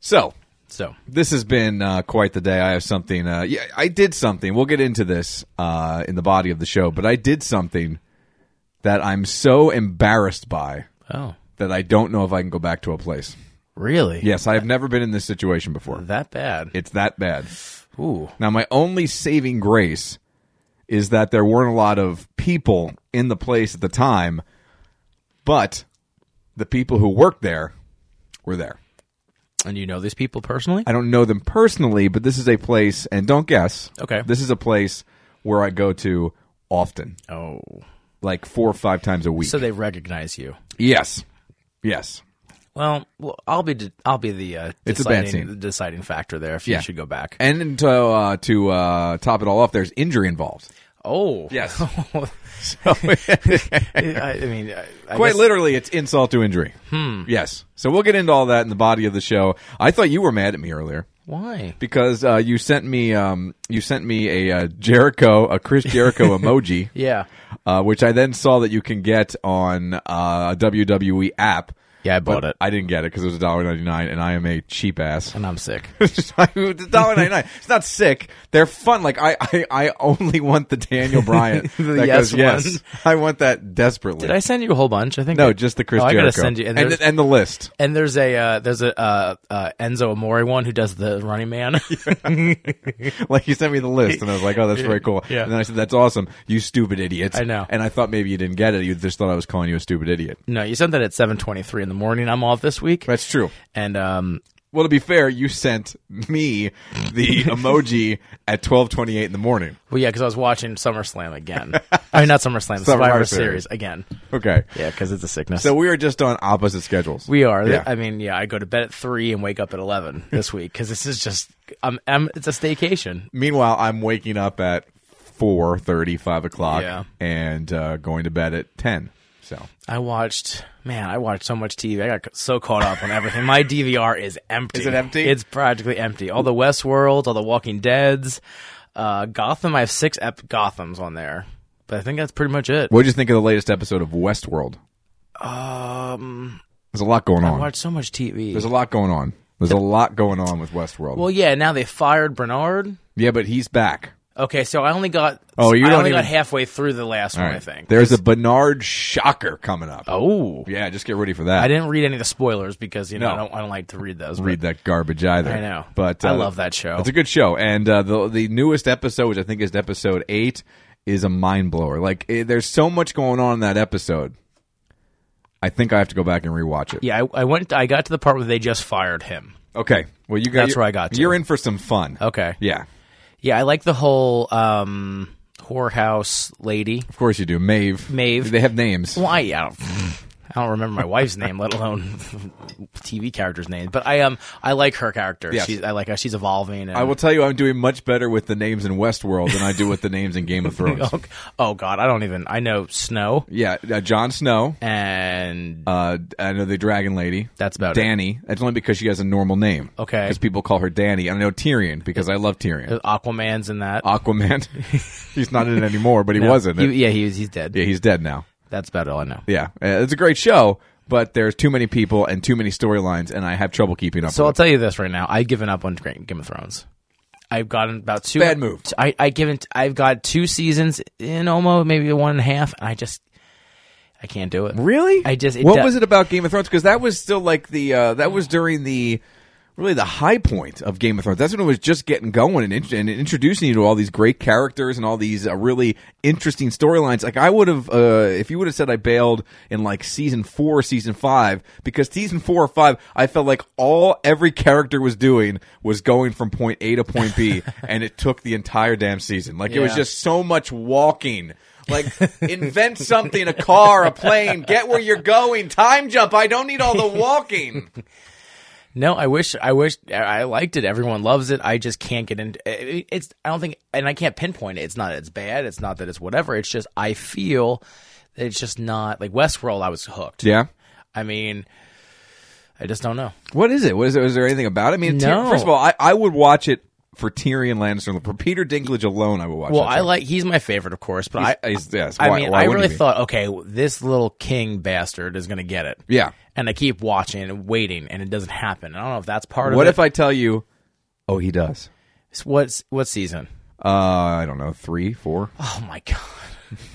So So this has been uh, quite the day. I have something. Uh, yeah, I did something. We'll get into this uh, in the body of the show, but I did something that I'm so embarrassed by oh that I don't know if I can go back to a place. really Yes, I have never been in this situation before. that bad It's that bad. ooh Now, my only saving grace is that there weren't a lot of people in the place at the time, but the people who worked there were there. and you know these people personally I don't know them personally, but this is a place, and don't guess. Okay. This is a place where I go to often, oh like four or five times a week. so they recognize you yes. Yes. well, well I'll be de- I'll be the uh, It's a bad deciding, scene. deciding factor there if Yeah. you should go back And to, uh, to uh, top it all off, there's injury involved. oh Yes. so I, I mean I, I Quite guess- literally, it's insult to injury. Hmm. Yes. So we'll get into all that in the body of the show. I thought you were mad at me earlier. why Because uh, you sent me, um, you sent me a uh, Jericho, a Chris Jericho emoji. yeah uh, which I then saw that you can get on uh, a WWE app. yeah I bought But it I didn't get it because it was $1.99 and I am a cheap ass. and I'm sick It's $1.99. It's not sick. They're fun. Like I, I, I only want the Daniel Bryan The that yes goes yes. one. I want that desperately. did I send you a whole bunch I think No, I- just the Chris oh, I Jericho. gotta send you and, and, and, there's- the list. And there's a uh, there's a uh, uh, Enzo Amore one who does the running man. Like you sent me the list, and I was like, "Oh, that's very cool." Yeah. And then I said, "That's awesome, you stupid idiots." I know. And I thought maybe you didn't get it. You just thought I was calling you a stupid idiot. no, you sent that at 7:23 in the morning. I'm off this week, That's true. and um, Well, to be fair, you sent me the emoji at twelve twenty eight in the morning. well, yeah, because I was watching SummerSlam again. I mean, not SummerSlam, Survivor, Survivor Series. Series. again. Okay, Yeah, because it's a sickness. so we are just on opposite schedules. we are. Yeah. I mean, yeah, I go to bed at three and wake up at 11 this week because this is just I'm, I'm it's a staycation. Meanwhile, I'm waking up at four thirty, five o'clock, Yeah. and uh, going to bed at ten. So I watched, man, I watched so much TV. I got so caught up on everything. My DVR is empty. Is it empty? It's practically empty. All the Westworlds, all the Walking Dead's, uh, Gotham. I have six ep- Gotham's on there, but I think that's pretty much it. what did you think of the latest episode of Westworld? Um, There's a lot going I on. watched so much TV. There's a lot going on. There's a lot going on with Westworld. well, yeah, now they fired Bernard. yeah, but he's back. Okay, so I only got. Oh, you I don't only got even- halfway through the last All one. I right. think. There's a Bernard shocker coming up. oh, Yeah, just get ready for that. I didn't read any of the spoilers because you know No. I, don't, I don't like to read those. but- read that garbage either. I know. but uh, I love that show. It's a good show, and uh, the the newest episode, which I think is episode eight, is a mind blower. Like it, there's so much going on in that episode. I think I have to go back and rewatch it. yeah, I, I went. I got to the part where they just fired him. Okay. Well, you got That's you're- where I got to. Oh. You're in for some fun. Okay. Yeah. Yeah, I like the whole um, whorehouse lady. Of course you do, Maeve. Maeve. They have names. Why? I don't, I don't remember my wife's name, let alone TV characters' names. But I um, I like her character. Yes. She's, I like how she's evolving. And, I will tell you, I'm doing much better with the names in Westworld than I do with the names in Game of Thrones. Oh, oh God, I don't even. I know Snow, Yeah, uh, Jon Snow. and Uh, I know the Dragon Lady. that's about it. Danny. That's only because she has a normal name. Okay. Because people call her Danny. I know Tyrion because I love Tyrion. Aquaman's in that. Aquaman. he's not in it anymore, but he was in it. He- yeah, he was, he's dead. yeah, he's dead now. That's about all I know. Yeah, Uh, it's a great show, but there's too many people and too many storylines, and I have trouble keeping up. So I'll with tell you this right now. I've given up on Gra- Game of Thrones. I've gotten about two Bad move. I I given I've got two seasons in almost maybe one and a half, and I just I can't do it. it. really, I just- it what do- was it about Game of Thrones? Because that was still like the uh, that was during the really the high point of Game of Thrones. That's when it was just getting going and, int- and introducing you to all these great characters and all these uh, really interesting storylines. Like I would have uh, if you would have said I bailed in like season four, or season five, because season four or five, I felt like all every character was doing was going from point A to point B, and it took the entire damn season. Like it was Yeah. just so much walking. Like invent something, a car, a plane, get where you're going, time jump. I don't need all the walking. No, I wish I wish I- I liked it. Everyone loves it. I just can't get into it- it's I don't think and I can't pinpoint it. It's not that it's bad, it's not that it's whatever. It's just I feel that it's just not like Westworld I was hooked. Yeah. I mean I just don't know. What is it? Was there, was there anything about it? I mean, No. Tyr- first of all, I, I would watch it for Tyrion Lannister, for Peter Dinklage alone, I will watch. Well, that I show. like he's my favorite, of course, but I, He's- yes, I why- mean, why I wouldn't really he be? thought, okay, this little king bastard is going to get it. Yeah. And I keep watching and waiting, and it doesn't happen. And I don't know if that's part What of if it. I tell you? Oh, he does. What What's what season? Uh, I don't know, three, four, Oh my god!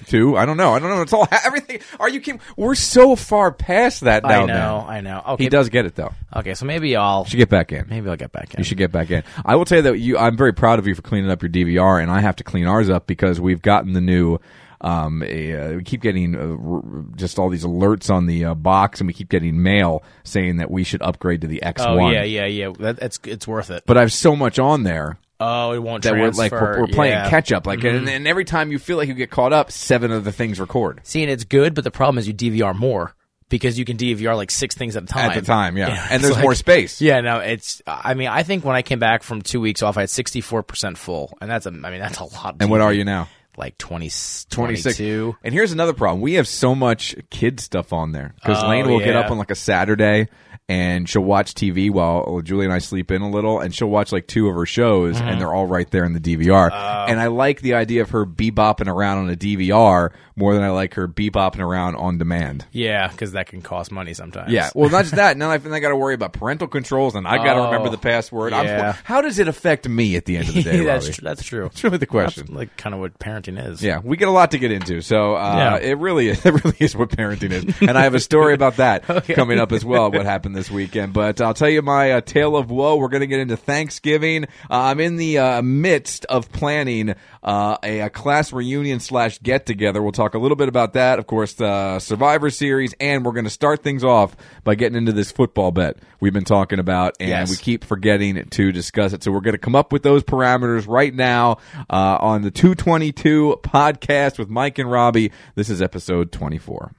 two. I don't know. I don't know. It's all everything. Are you kidding? We're so far past that now. I know, man. I know. Okay, He does get it though. okay. So maybe I'll Should get back in. maybe I'll get back in. You should get back in. I will tell you that you. I'm very proud of you for cleaning up your DVR, and I have to clean ours up because we've gotten the new. Um, uh, we keep getting uh, r- just all these alerts on the uh, box, and we keep getting mail saying that we should upgrade to the oh X1. yeah, yeah, yeah. That, it's it's worth it. But I have so much on there Oh, it won't that transfer. we're like we're, we're playing yeah. Mm-hmm. catch up. Like, and, and every time you feel like you get caught up, seven of the things record See, and it's good, but the problem is you DVR more because you can DVR like six things at a time. at the time. Yeah, and it's there's like- more space. Yeah, no, it's. I mean, I think when I came back from two weeks off, I had sixty four percent full, and that's a. I mean, that's a lot. And what are you now? Like 20, 26. 22. And here's another problem. We have so much kid stuff on there because Oh, Lane will get yeah. up on like a Saturday and she'll watch TV while Julie and I sleep in a little and she'll watch like two of her shows Mm-hmm. and they're all right there in the DVR. Oh. and I like the idea of her bebopping around on a DVR more than I like her bebopping around on demand. Yeah, because that can cost money sometimes. Yeah, well, not just that. Now I think I got to worry about parental controls, and I got to Oh, remember the password. yeah. I'm, how does it affect me at the end of the day? that's Robbie? tr- that's true. That's really the question. Like kind of what parenting is. Yeah, we get a lot to get into, so uh, Yeah. it really it really is what parenting is, and I have a story about that coming up as well. What happened this weekend, but I'll tell you my uh, tale of woe. We're going to get into Thanksgiving. Uh, I'm in the uh, midst of planning uh, a, a class reunion slash get together. We'll talk a little bit about that, of course, the Survivor Series, and we're going to start things off by getting into this football bet we've been talking about, and Yes. we keep forgetting to discuss it. So we're going to come up with those parameters right now uh, on the 222 podcast with Mike and Robbie. This is episode 24.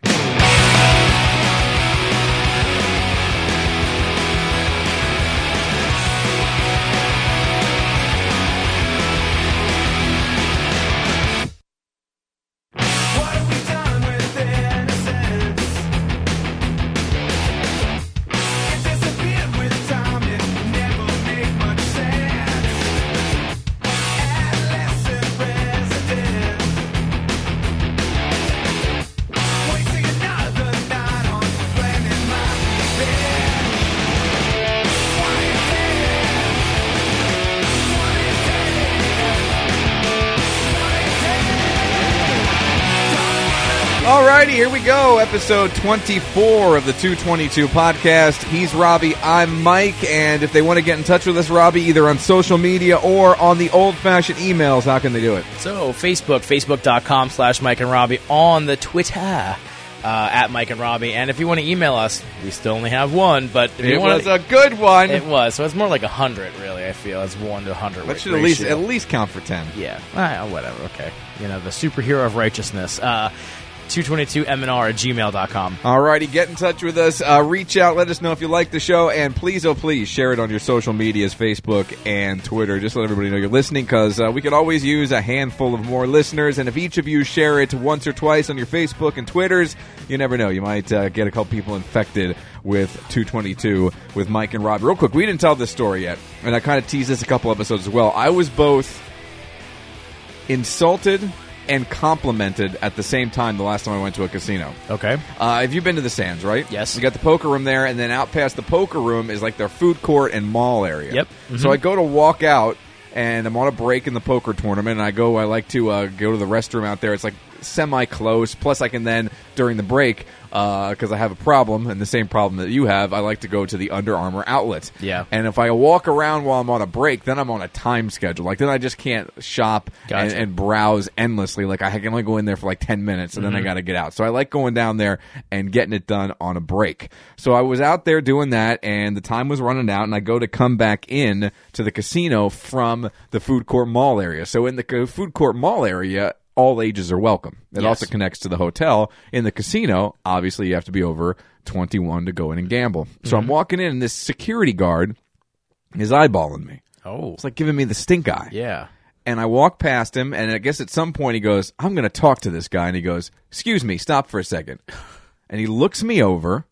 What have we done with innocence? It disappeared with time, it never made much sense. Adolescent president, wasting another night on planning my bed. What is it? What is Alrighty, here we go. Episode 24 of the 222 podcast. He's Robbie, I'm Mike, and if they want to get in touch with us, Robbie, either on social media or on the old fashioned emails, how can they do it? So Facebook, facebook.com slash Mike and Robbie on the Twitter. Uh, at Mike and Robbie, and if you want to email us, we still only have one. But if you It want was a good one. It was. So it's more like 100, really, I feel. It's 1 to 100. that ra- should at least ratio. at least count for 10. Yeah. Ah, whatever. Okay. You know, the superhero of righteousness. Uh, 222mnr at gmail.com. Alrighty, get in touch with us. Uh, reach out. Let us know if you like the show, and please, oh please, share it on your social medias, Facebook and Twitter. Just let everybody know you're listening, because uh, we could always use a handful of more listeners. And if each of you share it once or twice on your Facebook and Twitters, you never know, you might uh, get a couple people infected with 222 with Mike and Rob. Real quick, we didn't tell this story yet, and I kind of teased this a couple episodes as well. I was both insulted and complimented at the same time the last time I went to a casino. Okay. Uh, have you been to the Sands, right? Yes. You got the poker room there, and then out past the poker room is like their food court and mall area. Yep. Mm-hmm. So I go to walk out, and I'm on a break in the poker tournament, and I go, I like to uh, go to the restroom out there. It's like semi close. Plus, I can then, during the break, because I have a problem, and the same problem that you have, I like to go to the Under Armour outlet. Yeah. And if I walk around while I'm on a break, then I'm on a time schedule. Like, then I just can't shop and, Gotcha. and browse endlessly. Like I can only go in there for like ten minutes, and then I got to get out. So I like going down there and getting it done on a break. So I was out there doing that, and the time was running out, and I go to come back in to the casino from the food court mall area. So in the co- food court mall area. All ages are welcome. It Yes. also connects to the hotel. In the casino, obviously, you have to be over 21 to go in and gamble. So I'm walking in, and this security guard is eyeballing me. Oh. It's like giving me the stink eye Yeah. and I walk past him, and I guess at some point he goes, "I'm going to talk to this guy," and he goes, "Excuse me, stop for a second. and he looks me over.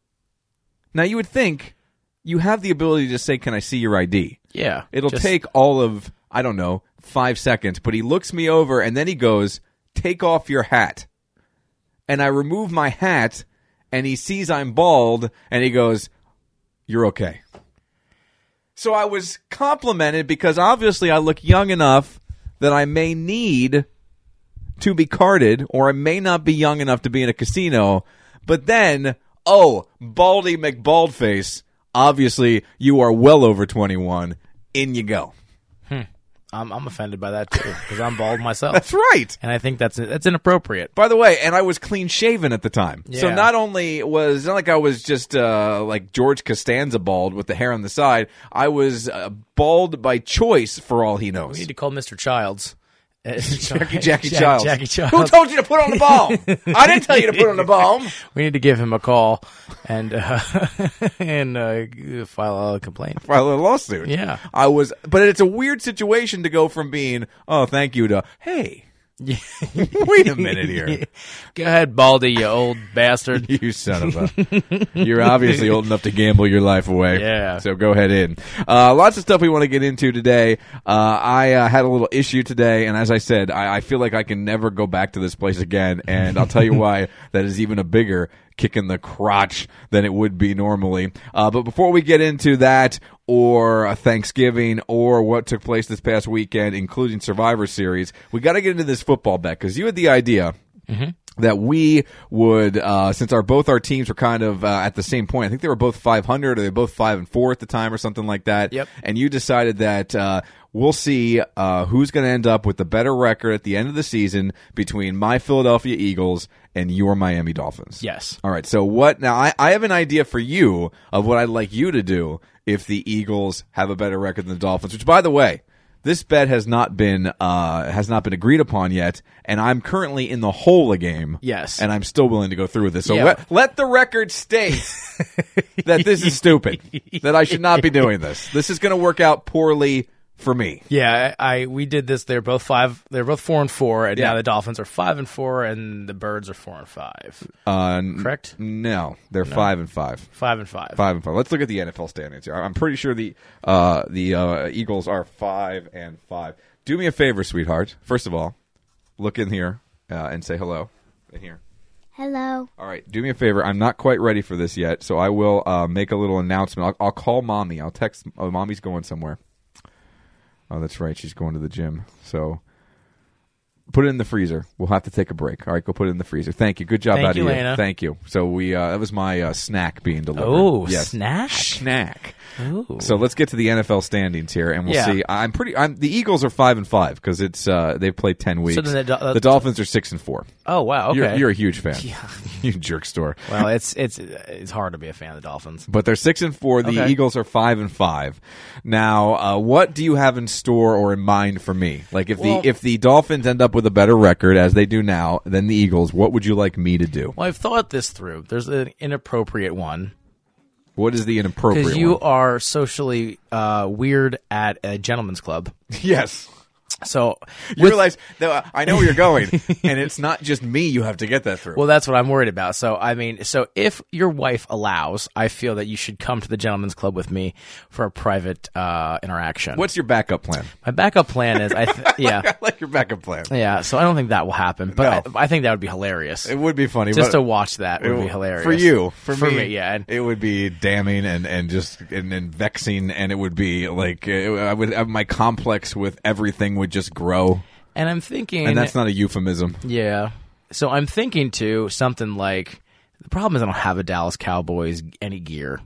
Now you would think you have the ability to say, "Can I see your ID?" Yeah. It'll Just- take all of I don't know, five seconds, but he looks me over and then he goes, Take off your hat. And I remove my hat and he sees I'm bald and he goes, You're okay. So I was complimented because obviously I look young enough that I may need to be carded or I may not be young enough to be in a casino. But then, oh, Baldy McBaldface, obviously you are well over 21. In you go. I'm, I'm offended by that too because I'm bald myself, That's right. and I think that's that's inappropriate. By the way, and I was clean shaven at the time. So Yeah. not only was it's not like I was just uh, like George Costanza bald with the hair on the side, I was uh, bald by choice for all he knows. You need to call Mr. Childs. Jackie, Jackie, Jackie Childs. Jackie Who Childs. told you to put on the bomb? I didn't tell you to put on the bomb. we need to give him a call and uh, and uh, file a complaint. file a lawsuit. Yeah. I was, but it's a weird situation to go from being, oh, thank you, to, hey, wait a minute here. Go ahead, Baldy, you old bastard. You son of a. You're obviously old enough to gamble your life away. Yeah. So go ahead in. Uh, lots of stuff we want to get into today. Uh, I uh, had a little issue today, and as I said, I, I feel like I can never go back to this place again, and I'll tell you why that is even a bigger kick in the crotch than it would be normally. Uh, but before we get into that, or uh, Thanksgiving, or what took place this past weekend, including Survivor Series, we got to get into this football bet because you had the idea that we would, uh, since our both our teams were kind of uh, at the same point. I think they were both 500, or they were both five and four at the time, or something like that. Yep. And you decided that uh, we'll see uh, who's going to end up with the better record at the end of the season between my Philadelphia Eagles and your Miami Dolphins. Yes. All right. So what? Now I, I have an idea for you of what I'd like you to do if the Eagles have a better record than the Dolphins. Which, by the way, this bet has not been uh, has not been agreed upon yet, and I'm currently in the hole a game. Yes. and I'm still willing to go through with this. So Yeah. let, let the record state that this is stupid. That I should not be doing this. This is going to work out poorly for me. Yeah, I, I we did this. They're both five. They're both four and four, and Yeah. now the Dolphins are five and four, and the Birds are four and five. Uh, n- Correct? No, they're five and five. Five and five. Five and five. Let's look at the NFL standings here. I'm pretty sure the uh, the uh, Eagles are five and five. Do me a favor, sweetheart. First of all, look in here uh, and say hello. In here. Hello. All right. Do me a favor. I'm not quite ready for this yet, so I will uh, make a little announcement. I'll, I'll call mommy. I'll text. Oh, mommy's going somewhere. Oh, that's right. She's going to the gym. So put it in the freezer. We'll have to take a break. All right. Go put it in the freezer. Thank you. Good job Thank out you, of Lana. Thank you. So we uh, that was my uh, snack being delivered. Oh, yes. snack. Snack. Ooh. Oh. So let's get to the NFL standings here, and we'll Yeah. see. I'm pretty. I'm the Eagles are five and five because it's uh, they've played ten weeks. then the Dol- uh, Dolphins are six and four. oh wow. Okay. You're, you're a huge fan. you jerk store. well, it's it's it's hard to be a fan of the Dolphins. But they're six and four. The Okay. Eagles are five and five. Now, uh, what do you have in store or in mind for me? Like if Well- the if the Dolphins end up with a better record as they do now than the Eagles, what would you like me to do? Well, I've thought this through. There's an inappropriate one What is the because inappropriate? you one? are socially uh, weird at a gentleman's club. yes. So You realize that I know where you're going, and it's not just me. You have to get that through. Well, that's what I'm worried about. So, I mean, so if your wife allows, I feel that you should come to the gentleman's club with me for a private uh, interaction. What's your backup plan? My backup plan is, I th- yeah, I like your backup plan. yeah. So I don't think that will happen, but No. I, I think that would be hilarious. It would be funny. Just but to watch that would it- be hilarious for you. For, me. yeah. And it would be damning and and just and, and vexing, and it would be like uh, I would uh, my complex with everything would just grow, and I'm thinking, and that's not a euphemism. yeah. So I'm thinking too something like the problem is I don't have a Dallas Cowboys any gear.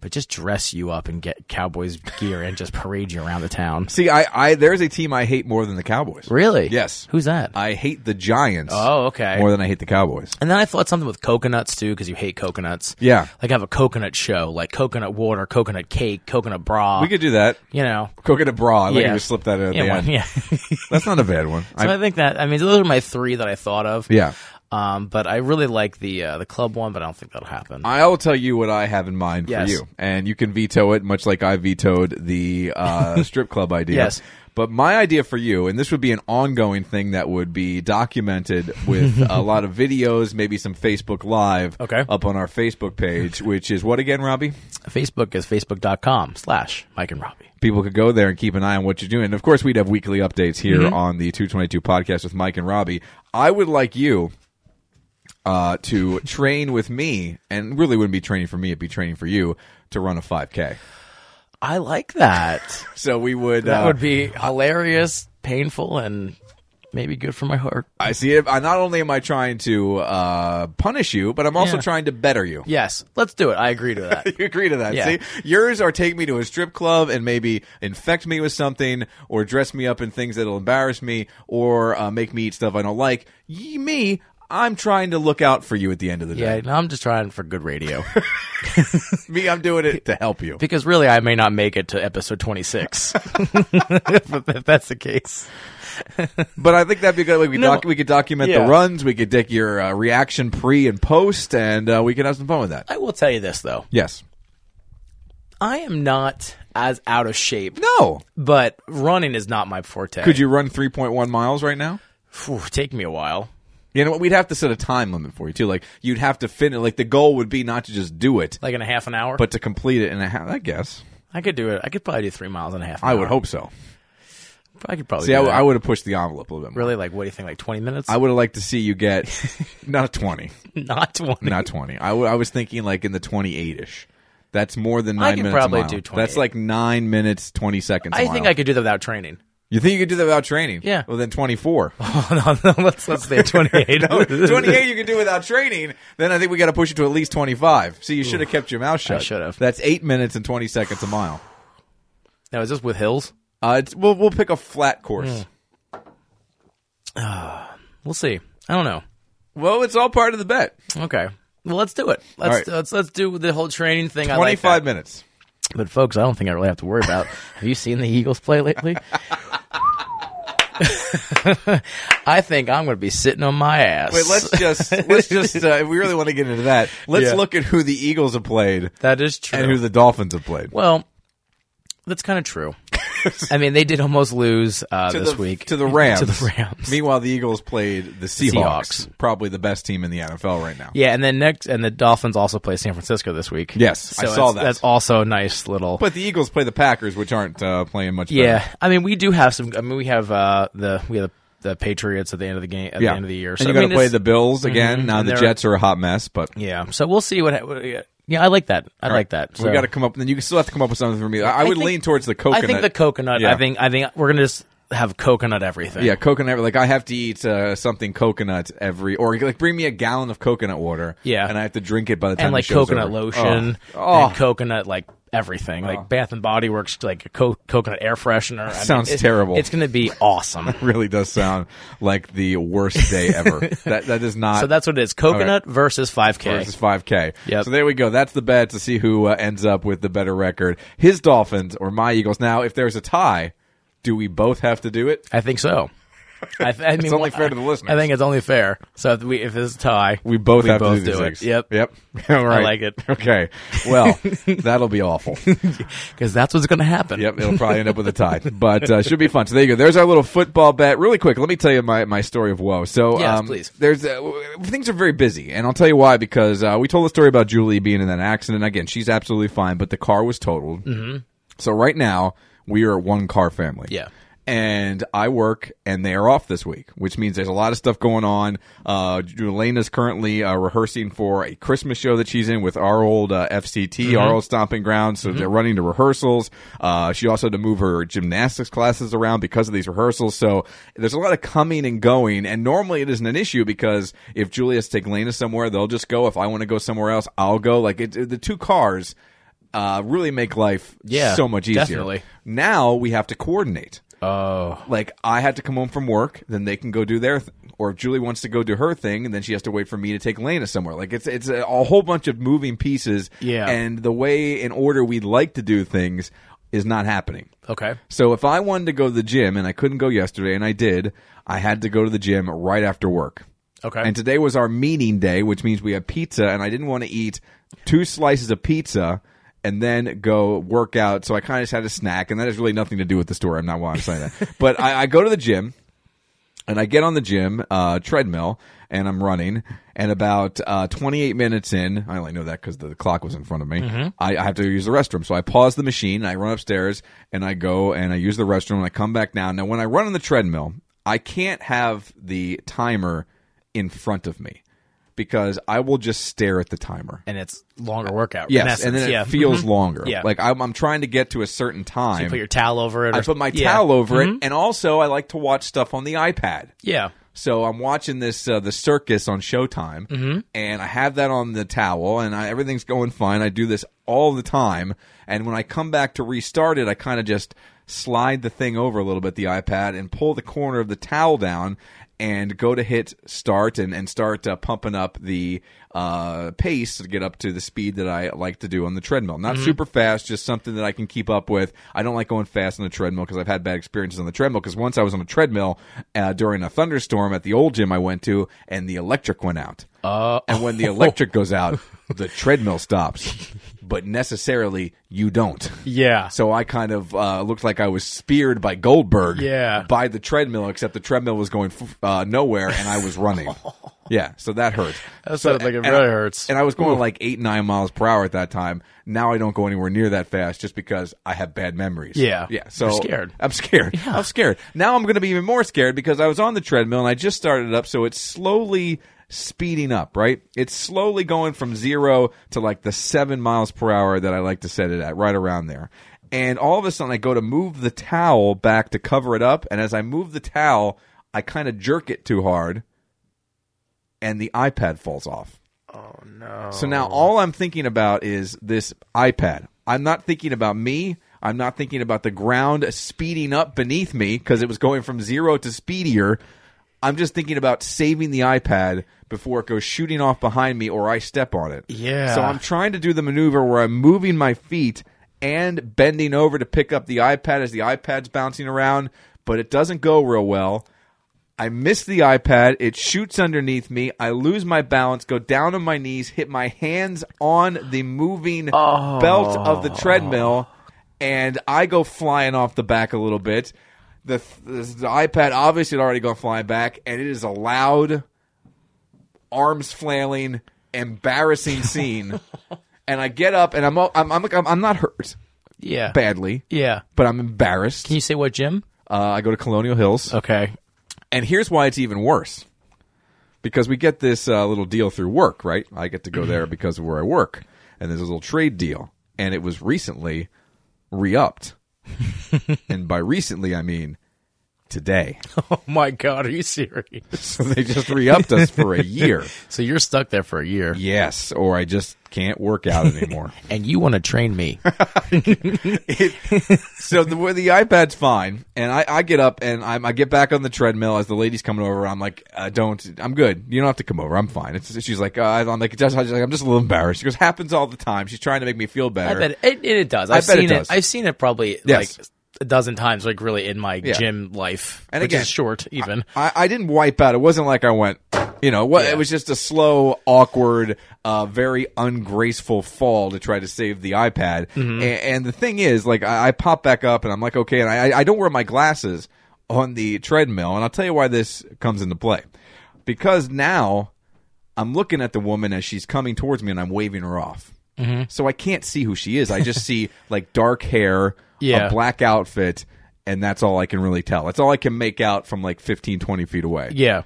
But just dress you up and get Cowboys gear and just parade you around the town. See, I, I there's a team I hate more than the Cowboys. Really? Yes. Who's that? I hate the Giants. Oh, okay. More than I hate the Cowboys. And then I thought something with coconuts too, because you hate coconuts. Yeah. Like have a coconut show, like coconut water, coconut cake, coconut bra. We could do that. you know. Coconut bra. I like Yeah. you slip that in at Yeah, the well, end. yeah. so That's not a bad one. I, I, think that I mean those are my three that I thought of. yeah. Um, but I really like the uh, the club one, but I don't think that'll happen. I'll tell you what I have in mind Yes. for you, and you can veto it, much like I vetoed the uh, strip club idea. Yes. But my idea for you, and this would be an ongoing thing that would be documented with a lot of videos, maybe some Facebook Live Okay. up on our Facebook page, which is what again, Robbie? Facebook is facebook.com slash Mike and Robbie. people could go there and keep an eye on what you're doing. And of course, we'd have weekly updates here Mm-hmm. on the 222 podcast with Mike and Robbie. I would like you uh, to train with me, and really wouldn't be training for me, it'd be training for you to run a 5K. I like that. So we would. that uh, would be hilarious, painful, and maybe good for my heart. I see it. I, not only am I trying to uh, punish you, but I'm also Yeah. trying to better you. Yes, let's do it. I agree to that. You agree to that. Yeah. See, yours are take me to a strip club and maybe infect me with something, or dress me up in things that'll embarrass me, or uh, make me eat stuff I don't like. Ye me, I'm trying to look out for you at the end of the yeah, day. no, I'm just trying for good radio Me, I'm doing it to help you. because really, I may not make it to episode 26 if, if that's the case. But I think that'd be good. Like we, No. doc- we could document Yeah. the runs. We could take your uh, reaction pre and post, and uh, we could have some fun with that. I will tell you this though, Yes. I am not as out of shape, No. but running is not my forte. Could you run 3.1 miles right now? Phew, take me a while? You know what? We'd have to set a time limit for you too. Like you'd have to finish. Like the goal would be not to just do it, Like in a half an hour? but to complete it in a half. I guess. I could do it. I could probably do three miles and a half. an I would hour. hope so. I could probably. See, do I, that. would have pushed the envelope a little bit more. really like. What do you think? Like twenty minutes? I would have liked to see you get not a 20, not twenty. not 20. I wa- I was thinking like in the 28 ish. That's more than nine I can minutes. probably a mile. do 28. That's like nine minutes, 20 seconds. I think I could do that without training. You think you could do that without training? Yeah. Well, then 24. Oh no, no let's let's stay at twenty eight. 28 you can do without training. Then I think we got to push it to at least 25. See, you should have kept your mouth shut. should have. That's eight minutes and 20 seconds a mile. Now is this with hills? Uh, it's, we'll, we'll pick a flat course. Hmm. We'll see. I don't know. Well, it's all part of the bet. Okay. Well, let's do it. Let's right. let's let's do the whole training thing. I like 25 that. minutes. But folks, I don't think I really have to worry about. have you seen the Eagles play lately? I think I'm going to be sitting on my ass. Wait, let's just let's just uh, if we really want to get into that, let's Yeah. look at who the Eagles have played That is true. and who the Dolphins have played Well, that's kind of true. I mean, they did almost lose uh, to this the, week to the Rams. To the Rams. Meanwhile, the Eagles played the Seahawks, Seahawks. probably the best team in the NFL right now. yeah, and then next, and the Dolphins also play San Francisco this week. Yes, I So saw it's- that. That's also a nice little. But uh, the Eagles play the Packers, which aren't uh, playing much. better. yeah, I mean, we do have some. I mean, we have uh, the we have the, the Patriots at the end of the game at yeah. the end of the year. and I you got to mean, play it's- the Bills again. Now Mm-hmm. And the they're- Jets are a hot mess, but. Yeah, so we'll see what. what yeah, yeah, I like that. I like that. We So- got to come up, then you still have to come up with something for me. I, I would think- lean towards the coconut. I think the coconut. Yeah. I think I think we're gonna just have coconut everything. Yeah, coconut. Like I have to eat uh, something coconut every, or like bring me a gallon of coconut water. Yeah. and I have to drink it by the time. and the like show's coconut over. lotion Oh, and coconut like everything like bath and body works like a co- coconut air freshener I mean, Sounds it- terrible. it's gonna be awesome Oh, really does sound like the worst day ever. that that is not. so that's what it is coconut versus 5k versus 5K. Yep. So there we go. That's the bet to see who uh, ends up with the better record. His Dolphins or my Eagles. Now, if there's a tie, do we both have to do it? i think so I, th- I mean, only fair to the listeners. I think it's only fair. So if we, if it's a tie, We both have to both do, these do it. things. Yep. Yep. All right. like it. Okay. Well, that'll be awful. because that's what's going to happen. Yep, it'll probably end up with a tie, but uh, should be fun. So there you go. There's our little football bet. Really quick, let me tell you my, my story of woe. So Yes, um, please. There's uh, w- things are very busy, and I'll tell you why. Because uh, we told the story about Julie being in that accident. Again, she's absolutely fine, but the car was totaled. Mm-hmm. So right now we are a one car family. Yeah. And I work, and they are off this week, which means there's a lot of stuff going on. Uh, Elena's currently uh, rehearsing for a Christmas show that she's in with our old uh, FCT, our old stomping ground. So they're running to rehearsals. Uh, she also had to move her gymnastics classes around because of these rehearsals. So there's a lot of coming and going. And normally it isn't an issue because if Julia has to take Lena somewhere, they'll just go. If I want to go somewhere else, I'll go. Like it, the two cars uh, really make life Yeah, so much easier. definitely. Now we have to coordinate. Oh, Like I had to come home from work, then they can go do their thing. Or if Julie wants to go do her thing, and then she has to wait for me to take Lana somewhere. Like it's it's a, a whole bunch of moving pieces. Yeah. And the way in order we'd like to do things is not happening. okay. So if I wanted to go to the gym and I couldn't go yesterday and I did, I had to go to the gym right after work. Okay. And today was our meeting day, which means we have pizza, and I didn't want to eat two slices of pizza and then go work out. So I kind of just had a snack, and that has really nothing to do with the story. I'm not why I'm saying that, but I, I go to the gym and I get on the gym uh, treadmill and I'm running. And about uh, 28 minutes in, I only know that because the clock was in front of me. Mm-hmm. I, I have to use the restroom, so I pause the machine. And I run upstairs and I go and I use the restroom and I come back down. Now, when I run on the treadmill, I can't have the timer in front of me because I will just stare at the timer. and it's longer workout. in Yes, essence. and then it yeah. Mm-hmm. feels longer. Yeah. Like I'm, I'm trying to get to a certain time. You put your towel over it. Or, I put my yeah. Mm-hmm. towel over it, and also I like to watch stuff on the iPad. Yeah. So I'm watching this uh, the circus on Showtime, and I have that on the towel, and I, everything's going fine. I do this all the time, and when I come back to restart it, I kind of just slide the thing over a little bit, the iPad, and pull the corner of the towel down, and go to hit start and and start uh, pumping up the uh, pace to get up to the speed that I like to do on the treadmill. Not Mm-hmm. super fast, just something that I can keep up with. I don't like going fast on the treadmill because I've had bad experiences on the treadmill. Because once I was on a treadmill uh, during a thunderstorm at the old gym I went to, and the electric went out. Uh, and when the oh. electric goes out, the treadmill stops, but necessarily you don't. Yeah. So I kind of uh, looked like I was speared by Goldberg. Yeah. By the treadmill, except the treadmill was going f- uh, nowhere, and I was running. yeah. So that hurt. That so, sounds like it and really I- hurts. And I was going like eight, nine miles per hour at that time. Now I don't go anywhere near that fast, just because I have bad memories. Yeah. Yeah. So You're scared. I'm scared. I'm scared. Now I'm going to be even more scared because I was on the treadmill and I just started up, so it's slowly speeding up. Right, it's slowly going from zero to like the seven miles per hour that I like to set it at, right around there. And all of a sudden, I go to move the towel back to cover it up, and as I move the towel, I kind of jerk it too hard, and the iPad falls off. Oh no! So now all I'm thinking about is this iPad. I'm not thinking about me. I'm not thinking about the ground speeding up beneath me because it was going from zero to speedier. I'm just thinking about saving the iPad before it goes shooting off behind me or I step on it. Yeah. So I'm trying to do the maneuver where I'm moving my feet and bending over to pick up the iPad as the iPad's bouncing around, but it doesn't go real well. I miss the iPad. It shoots underneath me. I lose my balance, go down on my knees, hit my hands on the moving belt of the treadmill, and I go flying off the back a little bit. The, the, the iPad obviously had already gone flying back, and it is a loud, arms flailing, embarrassing scene. and I get up, and I'm all- I'm I'm, I'm, I'm not hurt Yeah. badly, Yeah. but I'm embarrassed. Can you say what, Jim? Uh, I go to Colonial Hills. Okay. And here's why it's even worse. Because we get this uh, little deal through work, right? I get to go there because of where I work. And there's a little trade deal. And it was recently re upped. and by recently, I mean today. Oh my God, are you serious? So they just re upped us for a year. So you're stuck there for a year, Yes, or I just can't work out anymore. and you want to train me? so the, where the iPad's fine, and I, I get up and I'm, I get back on the treadmill as the lady's coming over. I'm like, uh, don't, I'm good. You don't have to come over. I'm fine. It's, she's like, uh, I'm like, just, I'm just a little embarrassed. She goes, happens all the time. She's trying to make me feel I better. bet it, it, it does. I I've bet it seen does. I've seen it probably Yes. like a dozen times, like really in my Yeah. gym life, And which again, is short even. I, I didn't wipe out. It wasn't like I went, you know, what, it was just a slow, awkward, uh, very ungraceful fall to try to save the iPad. A- And, the thing is, like, I, I pop back up and I'm like, okay, and I, I don't wear my glasses on the treadmill. And I'll tell you why this comes into play. Because now I'm looking at the woman as she's coming towards me and I'm waving her off. So I can't see who she is. I just see like dark hair, Yeah. a black outfit, and that's all I can really tell. That's all I can make out from like 15, 20 feet away. yeah.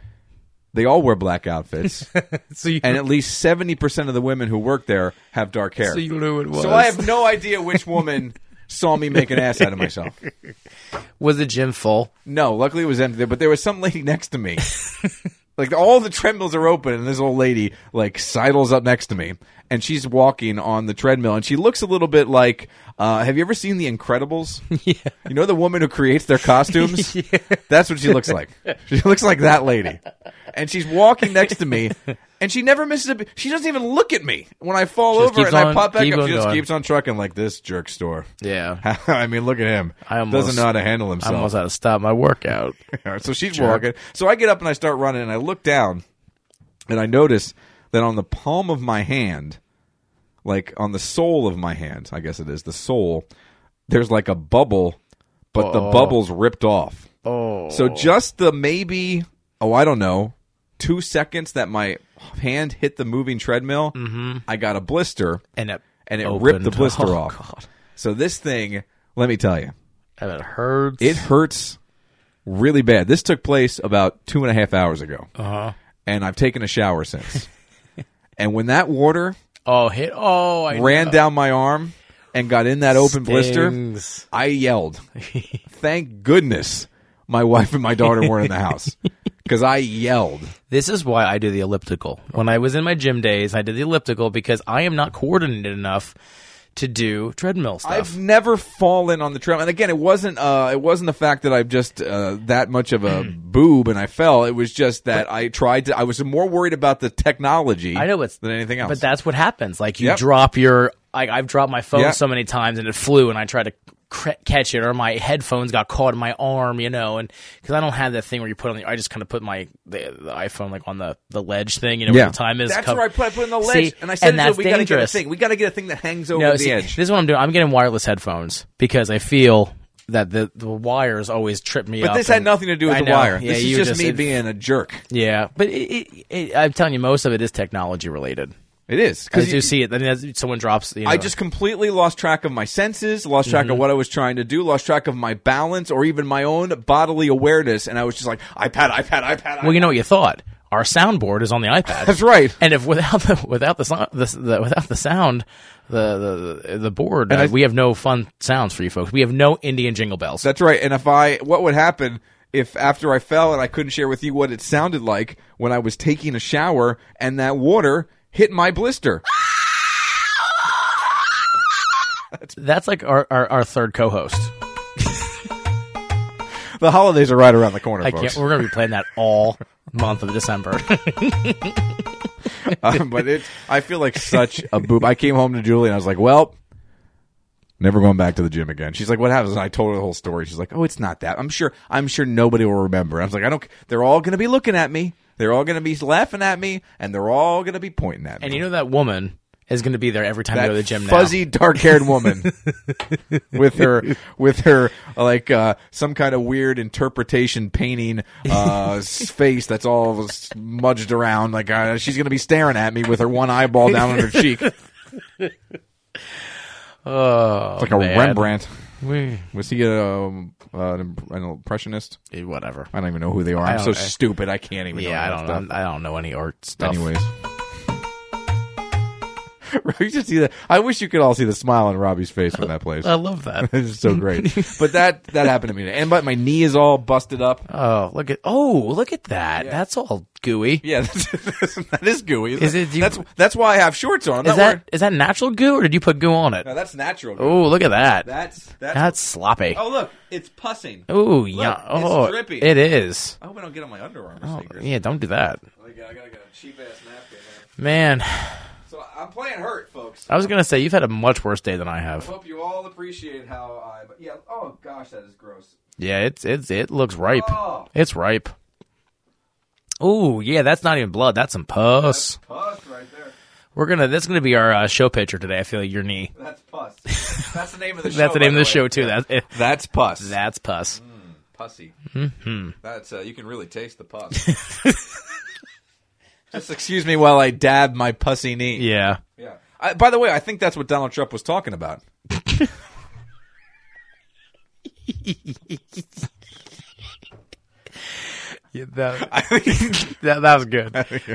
They all wear black outfits, So you, and at least 70% of the women who work there have dark hair. so you knew it was. So I have no idea which woman saw me make an ass out of myself. was the gym full? No, luckily it was empty there, but there was some lady next to me. like all the treadmills are open, and this old lady like sidles up next to me, and she's walking on the treadmill, and she looks a little bit like. Uh, have you ever seen The Incredibles? Yeah. You know the woman who creates their costumes. That's what she looks like. She looks like that lady, and she's walking next to me, and she never misses a. beat. She doesn't even look at me when I fall Just over and keeps I on- pop back keep up. on She just going. keeps on trucking like this jerk store. Yeah. I mean, look at him. I almost- Doesn't know how to handle I himself. almost had to stop my workout. so she's walking. So I get up and I start running, and I look down, and I notice that on the palm of my hand, like on the sole of my hand, I guess it is the sole. There's like a bubble, but the bubble's ripped off. Oh. So just the maybe, oh, I don't know, two seconds that my hand hit the moving treadmill, I got a blister And it, and it opened. ripped the blister Oh, off. God. So this thing, let me tell you, And it hurts. it hurts really bad. This took place about two and a half hours ago, uh-huh. and I've taken a shower since. and when that water Oh, hit. Oh, I ran down my arm and got in that open blister, Stings. I yelled. Thank goodness my wife and my daughter weren't in the house because I yelled. This is why I do the elliptical. When I was in my gym days, I did the elliptical because I am not coordinated enough to do treadmill stuff. I've never fallen on the treadmill. And again, it wasn't uh, it wasn't the fact that I'm just uh, that much of a boob and I fell. It was just that I tried to. I was more worried about the technology. I know it's than anything else. But that's what happens. Like you Yep. drop your. I, I've dropped my phone Yeah. so many times and it flew, and I tried to cr- catch it, or my headphones got caught in my arm, you know, and because I don't have that thing where you put on the. I just kind of put my the, the iPhone like on the the ledge thing, you know, where Yeah. the time is. that's cover- where I put, I put in the See, ledge, and I said, that's "We got to get a dangerous. thing. We got to get a thing that hangs over No, the see, edge." This is what I'm doing. I'm getting wireless headphones because I feel that the, the wires always trip me up. But this had and- nothing to do with I the know. wire. Yeah, this is you just, me it- being a jerk. Yeah, but it, it, it, I'm telling you, most of it is technology related. It is I because do see it. I mean, that's- someone drops. You know, I just completely lost track of my senses, lost track Mm-hmm. of what I was trying to do, lost track of my balance or even my own bodily awareness, and I was just like iPad, iPad, iPad. Well, iPad." you know what you thought. Our soundboard is on the iPad. that's right. And if without the without the, so- the, the without the sound, the the, the board, uh, I- we have no fun sounds for you folks. We have no Indian jingle bells. That's right. And if I, what would happen if after I fell and I couldn't share with you what it sounded like when I was taking a shower and that water hit my blister? That's like our, our, our third co-host. The holidays are right around the corner, I folks. can't, we're gonna be playing that all month of December. Um, but it, I feel like such a boob. I came home to Julie and I was like, well. Never going back to the gym again. She's like, "What happens?" And I told her the whole story. She's like, "Oh, it's not that. I'm sure. I'm sure nobody will remember." I was like, "I don't. c- They're all going to be looking at me. They're all going to be laughing at me, and they're all going to be pointing at me." and you know that woman is gonna be there every time you that go to the gym. now. fuzzy dark-haired woman with her with her like uh, some kind of weird interpretation painting uh, s- face that's all smudged around like uh, she's gonna be staring at me with her one eyeball down on her cheek it's Oh, like a man. rembrandt We- was he a, um, uh, an imp- an impressionist eh, whatever. i don't even know who they are i'm so don't- I- stupid i can't even Yeah, I know that don't stuff. know. I don't know any art stuff. anyways you should see that i wish you could all see the smile on robbie's face when that plays I love that. This is so great. but that that happened to me. And but my knee is all busted up. Oh, look at oh, look at that. That's all gooey. Yeah, that's, that is gooey. Is it- do you- that's that's why I have shorts on. I'm Is not that is wearing- that natural goo or did you put goo on it? no, that's natural. gooey. Oh, look at that. That's that's. That's sloppy. oh look, it's pussing. Oh, yeah. it's Oh, drippy. it is. I hope I don't get on my underarm or Oh, sneakers. yeah, don't do that. I gotta, Oh, I gotta get a cheap ass napkin. man. Man, So I'm playing hurt, folks. I was going to say you've had a much worse day than I have. Hope you all appreciate how I. But yeah. Oh gosh, that is gross. Yeah, it's it's it looks ripe. Oh. It's ripe. Oh, yeah, that's not even blood. That's some pus. Puss right there. We're going to that's going to be our uh, show picture today. I feel your knee. That's puss. That's the name of the show. That's the by name of the Mm. way. show too. That's it. That's puss. That's pus. pussy. Mm-hmm. That's uh, you can really taste the pus. Just excuse me while I dab my pussy knee. Yeah. Yeah. I, by the way, I think that's what Donald Trump was talking about. that, that that was good.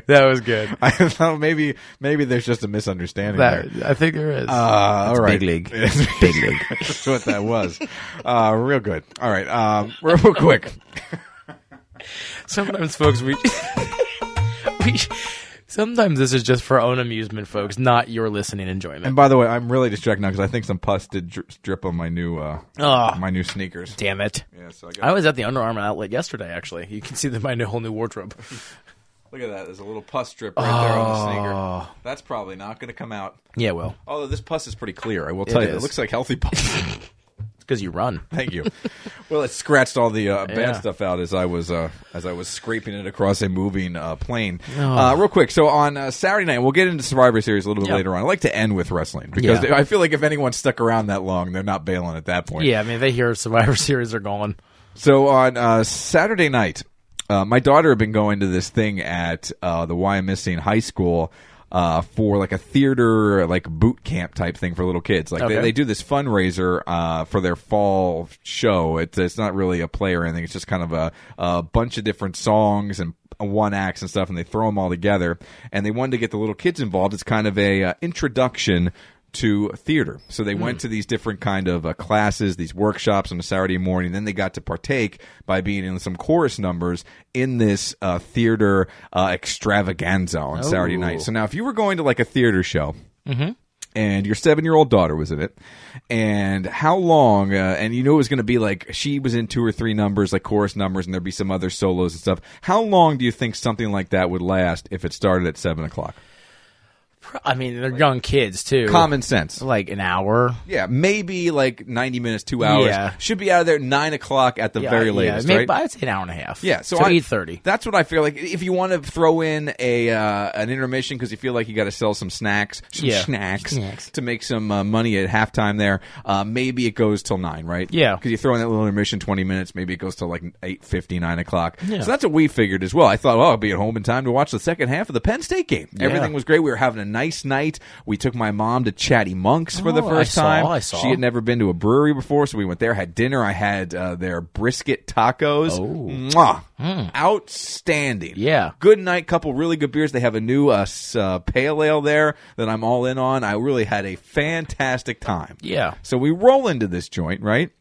That was good. I thought maybe maybe there's just a misunderstanding That there. I think there is. Uh, all right, big league. big league. That's what that was. Uh, real good. All right, um, real quick. Sometimes, folks, we we sometimes this is just for our own amusement, folks, not your listening And enjoyment. by the way, I'm really distracted now because I think some pus did dri- drip on my new uh, Oh, my new sneakers. damn it! Yeah, so I got I was at the Under Armour outlet yesterday. Actually, you can see that my new whole new wardrobe. Look at that. There's a little pus drip right there on Ah. the sneaker. That's probably not going to come out. Yeah, well, Although this pus is pretty clear, I will tell you. It is. looks like healthy pus. it's because you run. Thank you. well, it scratched all the uh, bad Yeah. stuff out as I was uh, as I was scraping it across a moving uh, plane. Uh, real quick, so on uh, Saturday night, we'll get into Survivor Series a little bit Oh. Yeah. later on. I like to end with wrestling because Yeah. I feel like if anyone stuck around that long, they're not bailing at that point. Yeah, I mean, they hear Survivor Series are gone. So on uh, Saturday night, uh, my daughter had been going to this thing at uh, the Why I'm Missing High School uh, for like a theater, like boot camp type thing for little kids. Like they, Okay. they do this fundraiser uh, for their fall show. It's it's not really a play or anything. It's just kind of a, a bunch of different songs and one acts and stuff, and they throw them all together. And they wanted to get the little kids involved. It's kind of a uh, introduction to theater. So they went to these different kind of uh, classes, these workshops on a Saturday morning. Then they got to partake by being in some chorus numbers in this uh, theater uh, extravaganza on Saturday night. So now, if you were going to like a theater show. And your seven-year-old daughter was in it, and how long? Uh, and you knew it was going to be like she was in two or three numbers, like chorus numbers, and there'd be some other solos and stuff. How long do you think something like that would last if it started at seven o'clock? Pro- I mean, they're young kids too. Common sense. like an hour. Yeah, maybe like ninety minutes, two hours. Yeah. Should be out of there nine o'clock at the Yeah, very yeah, latest, maybe- right? I'd say an hour and a half. yeah, so so I- eight thirty. That's what I feel like. If you want to throw in a uh, an intermission because you feel like you got to sell some snacks, some Yeah. snacks, Snacks. to make some uh, money at halftime, there uh, maybe it goes till nine, right? Yeah. because you throw in that little intermission, twenty minutes, maybe it goes till like eight fifty, nine o'clock. Yeah. So that's what we figured as well. I thought, oh, I'll be at home in time to watch the second half of the Penn State game. Everything was great. We were having a nice night. We took my mom to Chatty Monks for the Oh, I first saw, time. I saw. She had never been to a brewery before, so we went there, had dinner. I had uh, their brisket tacos. Mwah. Outstanding. Oh. Hmm. Yeah. Good night, couple really good beers. They have a new uh, s- uh, pale ale there that I'm all in on. I really had a fantastic time. Yeah. So we roll into this joint, right?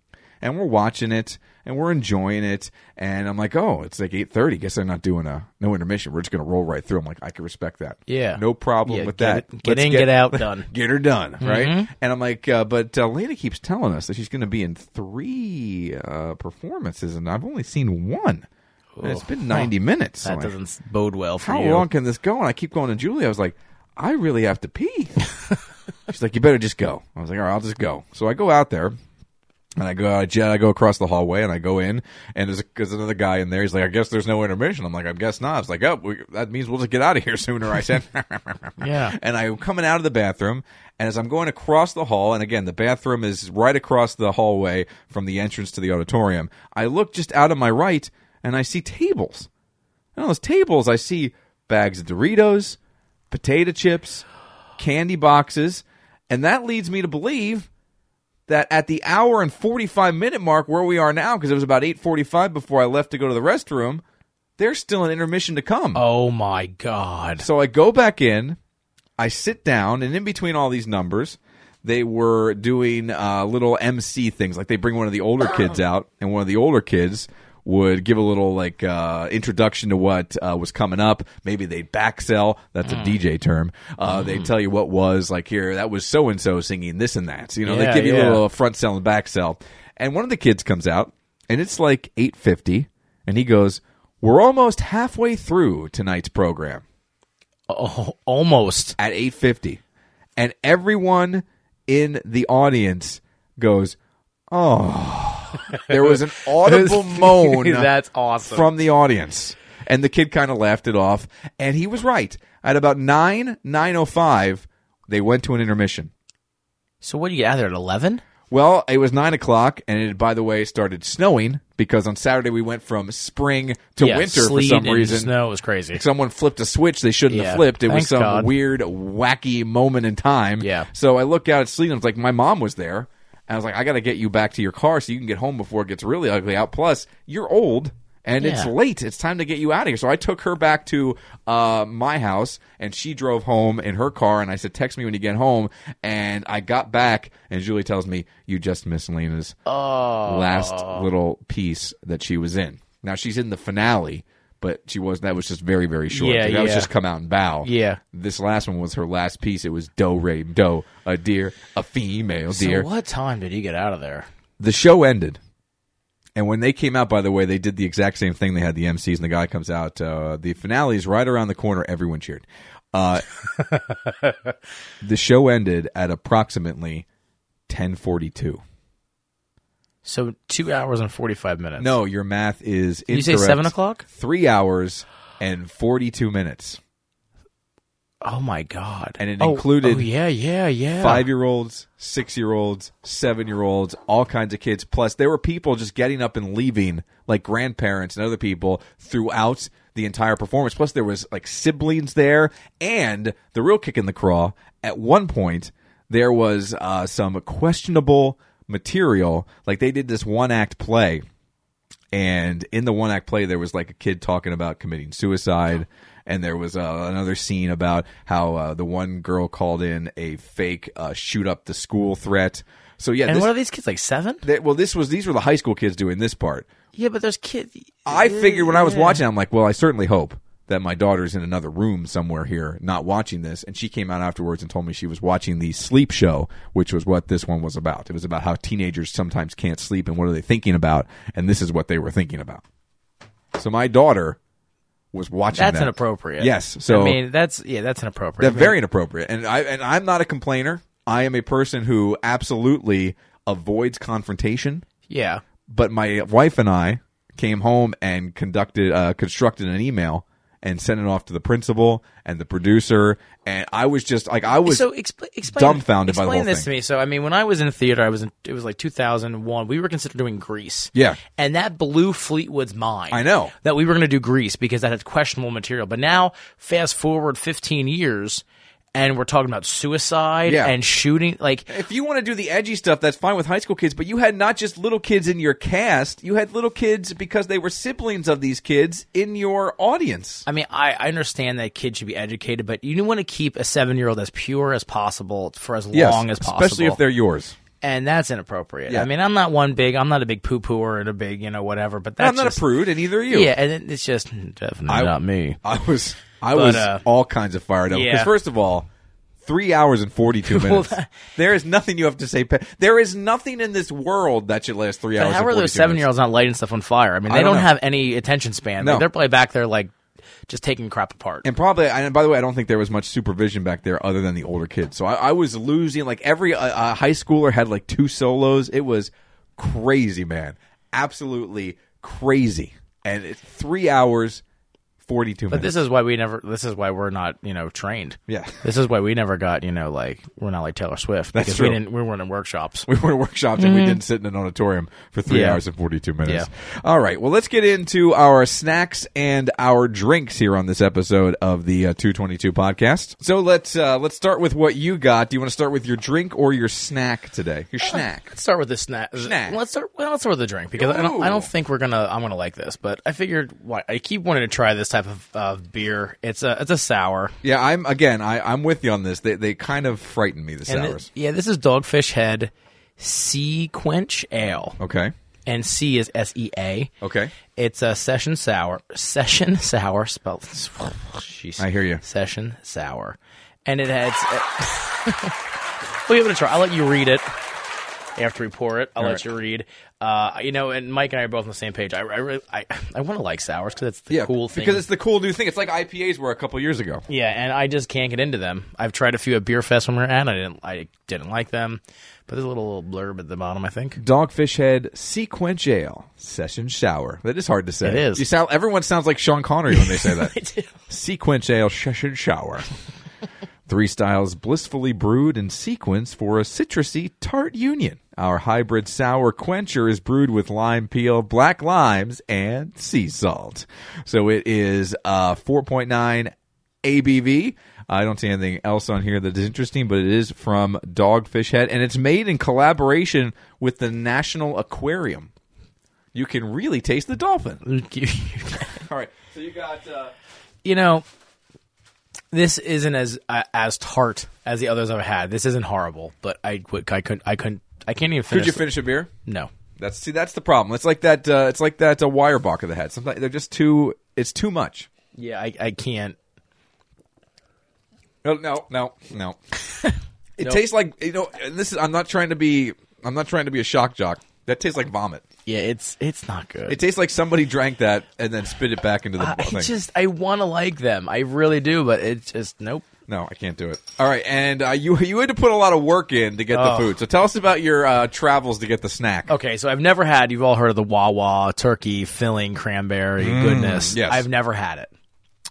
And we're watching it and we're enjoying it. And I'm like, oh, it's like 8.30. Guess I'm not doing a no intermission. We're just going to roll right through. I'm like, I can respect that. Yeah. No problem Yeah, with get that. it- get Let's in, get out, done. Get her done, right? Mm-hmm. And I'm like, uh, but uh, Lena keeps telling us that she's going to be in three uh, performances, and I've only seen one. And it's been 90 minutes. I'm That like, doesn't s- bode well for how you. long can this go? And I keep going to Julie. I was like, I really have to pee. She's like, you better just go. I was like, all right, I'll just go. So I go out there. And I go, I jet, I go across the hallway, and I go in, and there's, a, there's another guy in there. He's like, I guess there's no intermission. I'm like, I guess not. It's like, oh, we, that means we'll just get out of here sooner. I said, Yeah. And I'm coming out of the bathroom, and as I'm going across the hall, and again, the bathroom is right across the hallway from the entrance to the auditorium. I look just out of my right, and I see tables. And on those tables, I see bags of Doritos, potato chips, candy boxes, and that leads me to believe that at the hour and 45 minute mark where we are now because it was about 8:45 before I left to go to the restroom, there's still an intermission to come. Oh my god. So I go back in, I sit down, and in between all these numbers, they were doing uh, little MC things. Like they bring one of the older kids out, and one of the older kids would give a little like uh, introduction to what uh, was coming up. Maybe they back sell. That's Mm. a DJ term. Uh, They tell you what was like here. That was so and so singing this and that. So, you know, Yeah, they give you a yeah. little front sell and back sell. And one of the kids comes out, and it's like eight fifty, and he goes, "We're almost halfway through tonight's program." Oh, almost. at 8:50 and everyone in the audience goes oh there was an audible moan That's awesome. from the audience and the kid kind of laughed it off and he was right at about 9 905 they went to an intermission So what do you get out of there at eleven? well, it was nine o'clock, and it, by the way, started snowing because on Saturday we went from spring to yeah, winter for sleet some and reason. Snow was crazy. Someone flipped a switch they shouldn't have Yeah. flipped. It was Thank some God. weird, wacky moment in time. Yeah. So I look out at Sleet and it's like, my mom was there. And I was like, I got to get you back to your car so you can get home before it gets really ugly out. Plus, you're old and it's Yeah. late. It's time to get you out of here. So I took her back to uh, my house and she drove home in her car. And I said, text me when you get home. And I got back and Julie tells me, you just missed Lena's Oh. last Uh, little piece that she was in. Now she's in the finale, but she was that was just very very short. Yeah, that was yeah. just come out and bow. Yeah. This last one was her last piece. It was do re do a deer a female deer. So what time did you get out of there? The show ended. And when they came out, by the way, they did the exact same thing. They had the MCs, and the guy comes out. Uh, the finale is right around the corner. Everyone cheered. Uh, the show ended at approximately ten forty-two. So two hours and forty five minutes. No, your math is. you say incorrect. seven o'clock? Three hours and forty-two minutes, Oh my god. And it Oh, included Oh yeah, yeah, yeah. five-year-olds, six-year-olds, seven-year-olds, all kinds of kids. Plus, there were people just getting up and leaving, like grandparents and other people, throughout the entire performance. Plus, there was like siblings there, and the real kick in the craw. At one point, there was uh, some questionable material. Like they did this one-act play. and in the one act play there was like a kid talking about committing suicide and there was uh, another scene about how uh, the one girl called in a fake uh, shoot up the school threat so yeah And this, what are these kids like seven? that- well this was these were the high school kids doing this part Yeah, but there's kids. i figured when i was watching i'm like well i certainly hope that my daughter's in another room somewhere here not watching this and she came out afterwards and told me she was watching the sleep show which was what this one was about it was about how teenagers sometimes can't sleep and what are they thinking about and this is what they were thinking about so my daughter was watching That's that. inappropriate. yes so I mean that's yeah, that's inappropriate. that's very inappropriate and i and i'm not a complainer i am a person who absolutely avoids confrontation yeah. but my wife and I came home and conducted uh, constructed an email and sent it off to the principal and the producer and I was just like I was so expl- explain dumbfounded by the explain whole this thing. to me so i mean when i was in theater i was in it was like 2001 we were considering doing grease Yeah. and that blew fleetwood's mind I know. that we were going to do grease because that had questionable material but now fast forward 15 years and we're talking about suicide Yeah. and shooting like if you want to do the edgy stuff that's fine with high school kids but you had not just little kids in your cast you had little kids because they were siblings of these kids in your audience I mean, I, I understand that kids should be educated, but you want to keep a seven year old as pure as possible for as long as possible. especially if they're yours and that's inappropriate. Yeah. I mean, I'm not one big, I'm not a big poo pooer and a big, you know, whatever. But that's I'm not just- a prude and either are you Yeah, and it- it's just mm, definitely not me. I was I But, was uh, all kinds of fired up because yeah. first of all, three hours and forty two minutes. that- there is nothing you have to say. pa- There is nothing in this world that should last three But hours. how and are 42 those seven minutes. year olds not lighting stuff on fire? I mean, I they don't don't know. have any attention span. Like, No. they're probably back there like just taking crap apart. And probably, and by the way, I don't think there was much supervision back there other than the older kids. So I, I was losing like every uh, uh, high schooler had like two solos. It was crazy, man, absolutely crazy. And it's three hours, forty two but minutes. this is why we never. This is why we're not, you know, trained. Yeah. This is why we never got, you know, like we're not like Taylor Swift because true. we didn't. We weren't in workshops. we were in workshops and we didn't sit in an auditorium for three Mm-hmm. Yeah. hours and 42 minutes. All right. Well, let's get into our snacks and our drinks here on this episode of the uh, 222 podcast. So let's, uh, let's start with what you got. Do you want to start with your drink or your snack today? Your snack. Let's start with the snack. Snack. Let's start. Well, let's start with the drink because I don't. I Ooh. don't think we're gonna. I'm gonna like this, but I figured. Why I keep wanting to try this type of uh, beer. It's a. It's a sour. Yeah. I'm, again, I, I'm with you on this. They, they kind of frighten me, the And thi- sours. yeah, this is Dogfish Head Sea Quench Ale, okay. and C is S E A. Okay. It's a session sour. Session sour spelled. Jeez. I hear you. Session sour, and it has. uh, we'll give it a try. I'll let you read it after we pour it. I'll let right. you read. Uh, you know, and Mike and I are both on the same page. I I really, I, I want to like sours because it's the Yeah. cool thing. Because it's the cool new thing. It's like IPAs were a couple years ago. yeah, and I just can't get into them. I've tried a few at Beer Fest when we were at. and I didn't, I didn't like them. But there's a little blurb at the bottom. I think. Dogfish Head Sequench Ale Session Shower. That is hard to say. It is. You sound. Everyone sounds like Sean Connery when they say that. do. Sequench Ale Session Shower. Three styles blissfully brewed in sequence for a citrusy tart union. Our hybrid sour quencher is brewed with lime peel, black limes, and sea salt. So it is uh, 4.9 ABV. I don't see anything else on here that is interesting, but it is from Dogfish Head, and it's made in collaboration with the National Aquarium. You can really taste the dolphin. All right, so you got. Uh... you know, this isn't as uh, as tart as the others I've had. This isn't horrible, but I could I couldn't I couldn't I can't even finish. Could you finish a beer? no. That's see, that's the problem. It's like that. Uh, it's like that uh, wire box of the head. Sometimes they're just too. It's too much. Yeah, I, I can't. No, no, no, no. it Nope. tastes like you know. And this is. I'm not trying to be. I'm not trying to be a shock jock. That tastes like vomit. Yeah, it's it's not good. It tastes like somebody drank that and then spit it back into the Uh, I thing. just I want to like them. I really do, but it's just nope. No, I can't do it. All right, and uh, you you had to put a lot of work in to get the Oh. food. So tell us about your uh, travels to get the snack. Okay, so I've never had. You've all heard of the Wawa turkey filling cranberry goodness. Mm, yes. I've never had it.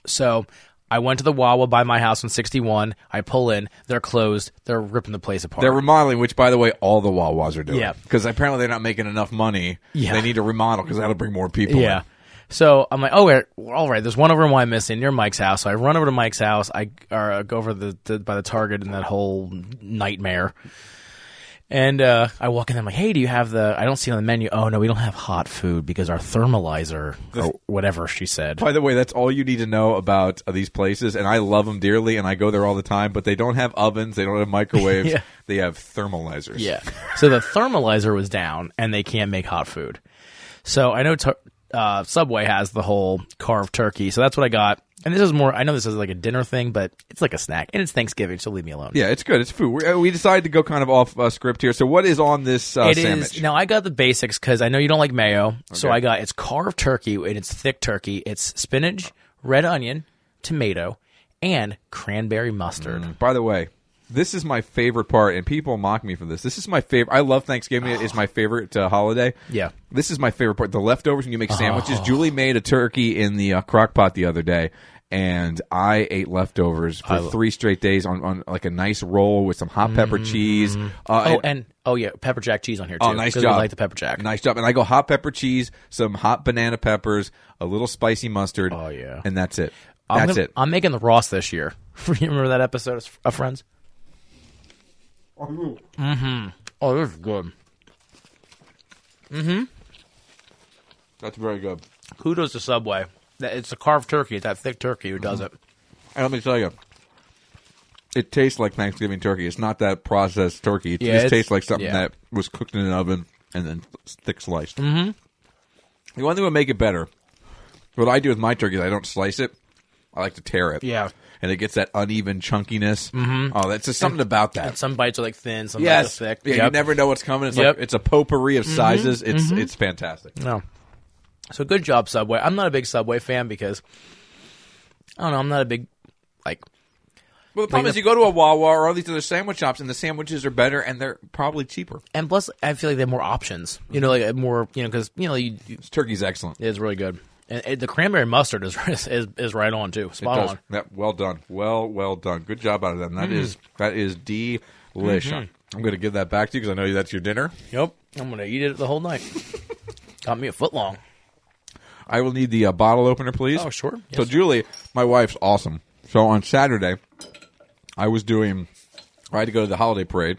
So I went to the Wawa by my house on 61. I pull in. They're closed. They're ripping the place apart. They're remodeling, which, by the way, all the Wawas are doing. Yeah. Because apparently they're not making enough money. Yeah. They need to remodel because that'll bring more people. Yeah. So I'm like, oh, wait, all right. There's one over in Wyomissing near Mike's house. So I run over to Mike's house. I or I go over the, the by the Target and that whole nightmare. And uh, I walk in. I'm like, hey, do you have the? I don't see it on the menu. Oh no, we don't have hot food because our thermalizer or whatever she said. In. By the way, that's all you need to know about uh, these places, and I love them dearly, and I go there all the time. But they don't have ovens, they don't have microwaves, Yeah. they have thermalizers. Yeah. so the thermalizer was down, and they can't make hot food. So I know tur uh, Subway has the whole carved turkey. So that's what I got. And this is more. I know this is like a dinner thing, but it's like a snack, and it's Thanksgiving, so leave me alone. yeah, it's good. It's food. We're, uh, we decided to go kind of off uh, script here. So what is on this uh, It is sandwich? now. I got the basics because I know you don't like mayo, so Okay. I got it's carved turkey and it's thick turkey. It's spinach, red onion, tomato, and cranberry mustard. By the way, this is my favorite part, and people mock me for this. This is my favorite. I love Thanksgiving. It's my favorite uh, holiday. Yeah. Oh. This is my favorite part. The leftovers when you make sandwiches. Julie made a turkey in the uh, crock pot the other day. And I ate leftovers for three straight days on, on like a nice roll with some hot pepper cheese. Uh, Mm-hmm. Oh, and oh yeah, pepper jack cheese on here too. Oh, nice 'cause we job. like the pepper jack. Nice job. And I go hot pepper cheese, some hot banana peppers, a little spicy mustard. Oh, yeah. And that's it. I'm That's gonna- it. I'm making the Ross this year. you remember that episode of of Friends? Mm-hmm. Oh, this is good. That's very good. Kudos to Subway. That- It's a carved turkey. It's that thick turkey who Mm-hmm. does it. And let me tell you, it tastes like Thanksgiving turkey. It's not that processed turkey. It Yeah, just it's- tastes like something yeah. that was cooked in an oven and then thick sliced. Mm-hmm. The one thing that would make it better, what I do with my turkey is I don't slice it. I like to tear it. Yeah. And it gets that uneven chunkiness. Mm-hmm. Oh, that's just something about that. And some bites are like thin, some yes. bites are thick. Yeah, you Yep. never know what's coming. It's Yep. Mm-hmm. like it's a potpourri of sizes. It's it's fantastic. No. So good job, Subway. I'm not a big Subway fan because I don't know. I'm not a big like. Well, the problem is you go to a Wawa or all these other sandwich shops, and the sandwiches are better and they're probably cheaper. And plus, I feel like they have more options. You know, like more. You know, because you know, you, you- Turkey's excellent. it's really good. And, and the cranberry mustard is is is right on too. Spot Does. on. Mm. That- well done. Well, well done. Good job out of them. That is that is delish. Mm-hmm. I'm going to give that back to you because I know that's your dinner. Yep. I'm gonna eat it the whole night. Got me a foot long. I will need the uh, bottle opener, please. Oh, sure. So, Yes. Julie, my wife's awesome. So on Saturday, I was doing. I had to go to the holiday parade,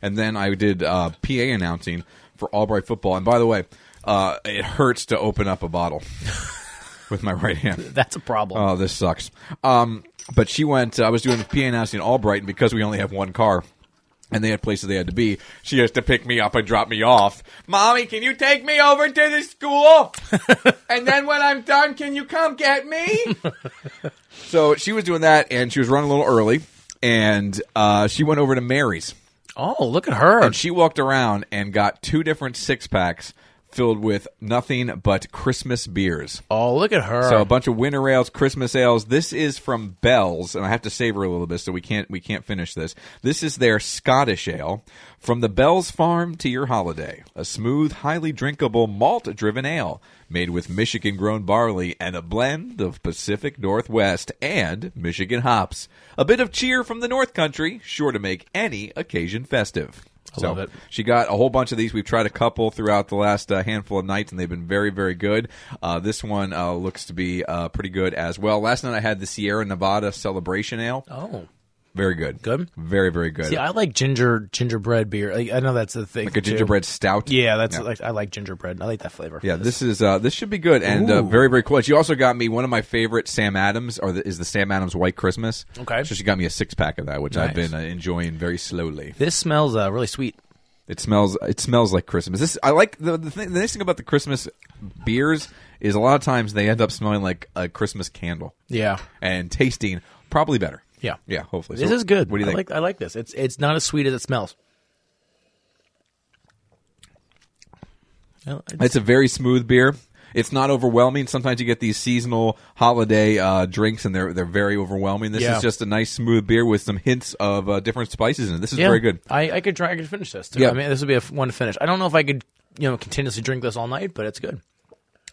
and then I did uh, PA announcing for Albright football. And by the way, uh, it hurts to open up a bottle with my right hand. That's a problem. Oh, this sucks. Um, but she went. I was doing the PA announcing in Albright, and because we only have one car, and they had places they had to be, she has to pick me up and drop me off. Mommy, can you take me over to the school? and then when I'm done, can you come get me? so she was doing that, and she was running a little early, and uh, she went over to Mary's. Oh, look at her. And she walked around and got two different six packs filled with nothing but Christmas beers. Oh, look at her. So a bunch of winter ales, Christmas ales. This is from Bell's, and I have to savor a little bit, so we can't we can't finish this. This is their Scottish ale from the Bell's Farm to your holiday. A smooth, highly drinkable malt-driven ale made with Michigan-grown barley and a blend of Pacific Northwest and Michigan hops. A bit of cheer from the North Country, sure to make any occasion festive. So love it. she got a whole bunch of these. We've tried a couple throughout the last uh, handful of nights, and they've been very, very good. Uh, this one uh, looks to be uh, pretty good as well. Last night I had the Sierra Nevada Celebration Ale. oh. Very good. Good? Very, very good. See, I like ginger gingerbread beer. Like, I know that's the thing. like a gingerbread stout. Yeah, that's like I like gingerbread. I like that flavor. Yeah, this is uh, this should be good and uh, Ooh. very very cool. She also got me one of my favorite Sam Adams, or the, is the Sam Adams White Christmas. Okay. so she got me a six pack of that, which I've Nice. been uh, enjoying very slowly. This smells uh, really sweet. It smells. It smells like Christmas. This I like the the, thing, the nice thing about the Christmas beers is a lot of times they end up smelling like a Christmas candle Yeah. and tasting probably better. Yeah. yeah. Hopefully, This So is good. What do you I think? Like, I like this. It's it's not as sweet as it smells. Well, it's- it's a very smooth beer. It's not overwhelming. Sometimes you get these seasonal holiday uh, drinks, and they're they're very overwhelming. This Yeah. is just a nice smooth beer with some hints of uh, different spices in it. This is Yeah. very good. I, I could try. I could finish this. Too. Yeah. I mean, this would be a f- one to finish. I don't know if I could, you know, continuously drink this all night, but it's good.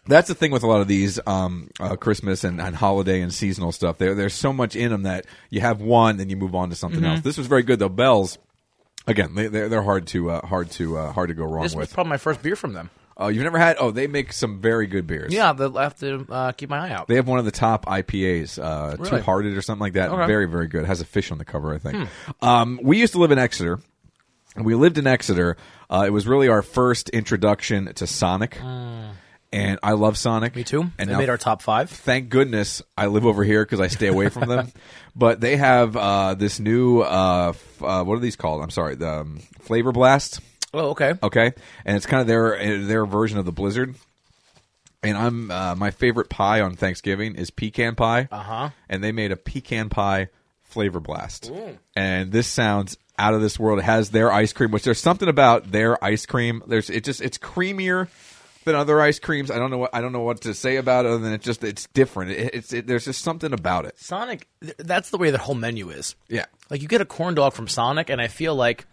That's the thing with a lot of these um, uh, Christmas and, and holiday and seasonal stuff. There, there's so much in them that you have one, then you move on to something Mm-hmm. else. This was very good though. Bells, again, they, they're, they're hard to uh, hard to uh, hard to go wrong This was with. probably my first beer from them. Oh, you've never had? Oh, they make some very good beers. Yeah, they'll have to uh, keep my eye out. They have one of the top IPAs, uh, Really? Two Hearted or something like that. Okay. Hmm. Very, very good. It has a fish on the cover, I think. Um, we used to live in Exeter. And we lived in Exeter. Uh, it was really our first introduction to Sonic. And I love Sonic. Ah. Me too. And they now- made our top five. thank goodness I live over here because I stay away from them. but they have uh, this new uh, f- uh, what are these called? I'm sorry, the um, Flavor Blast. Oh, okay. Okay, and it's kind of their eh, their version of the Blizzard. And I'm uh, my favorite pie on Thanksgiving is pecan pie. Uh Uh-huh. And they made a pecan pie flavor blast. And this sounds out of this world. It has their ice cream, which there's something about their ice cream. There's it just it's creamier than other ice creams. I don't know what I don't know what to say about it other than it just it's different. It, it's it, there's just something about it. Sonic. th- That's the way their whole menu is. Yeah. Like you get a corn dog from Sonic, and I feel like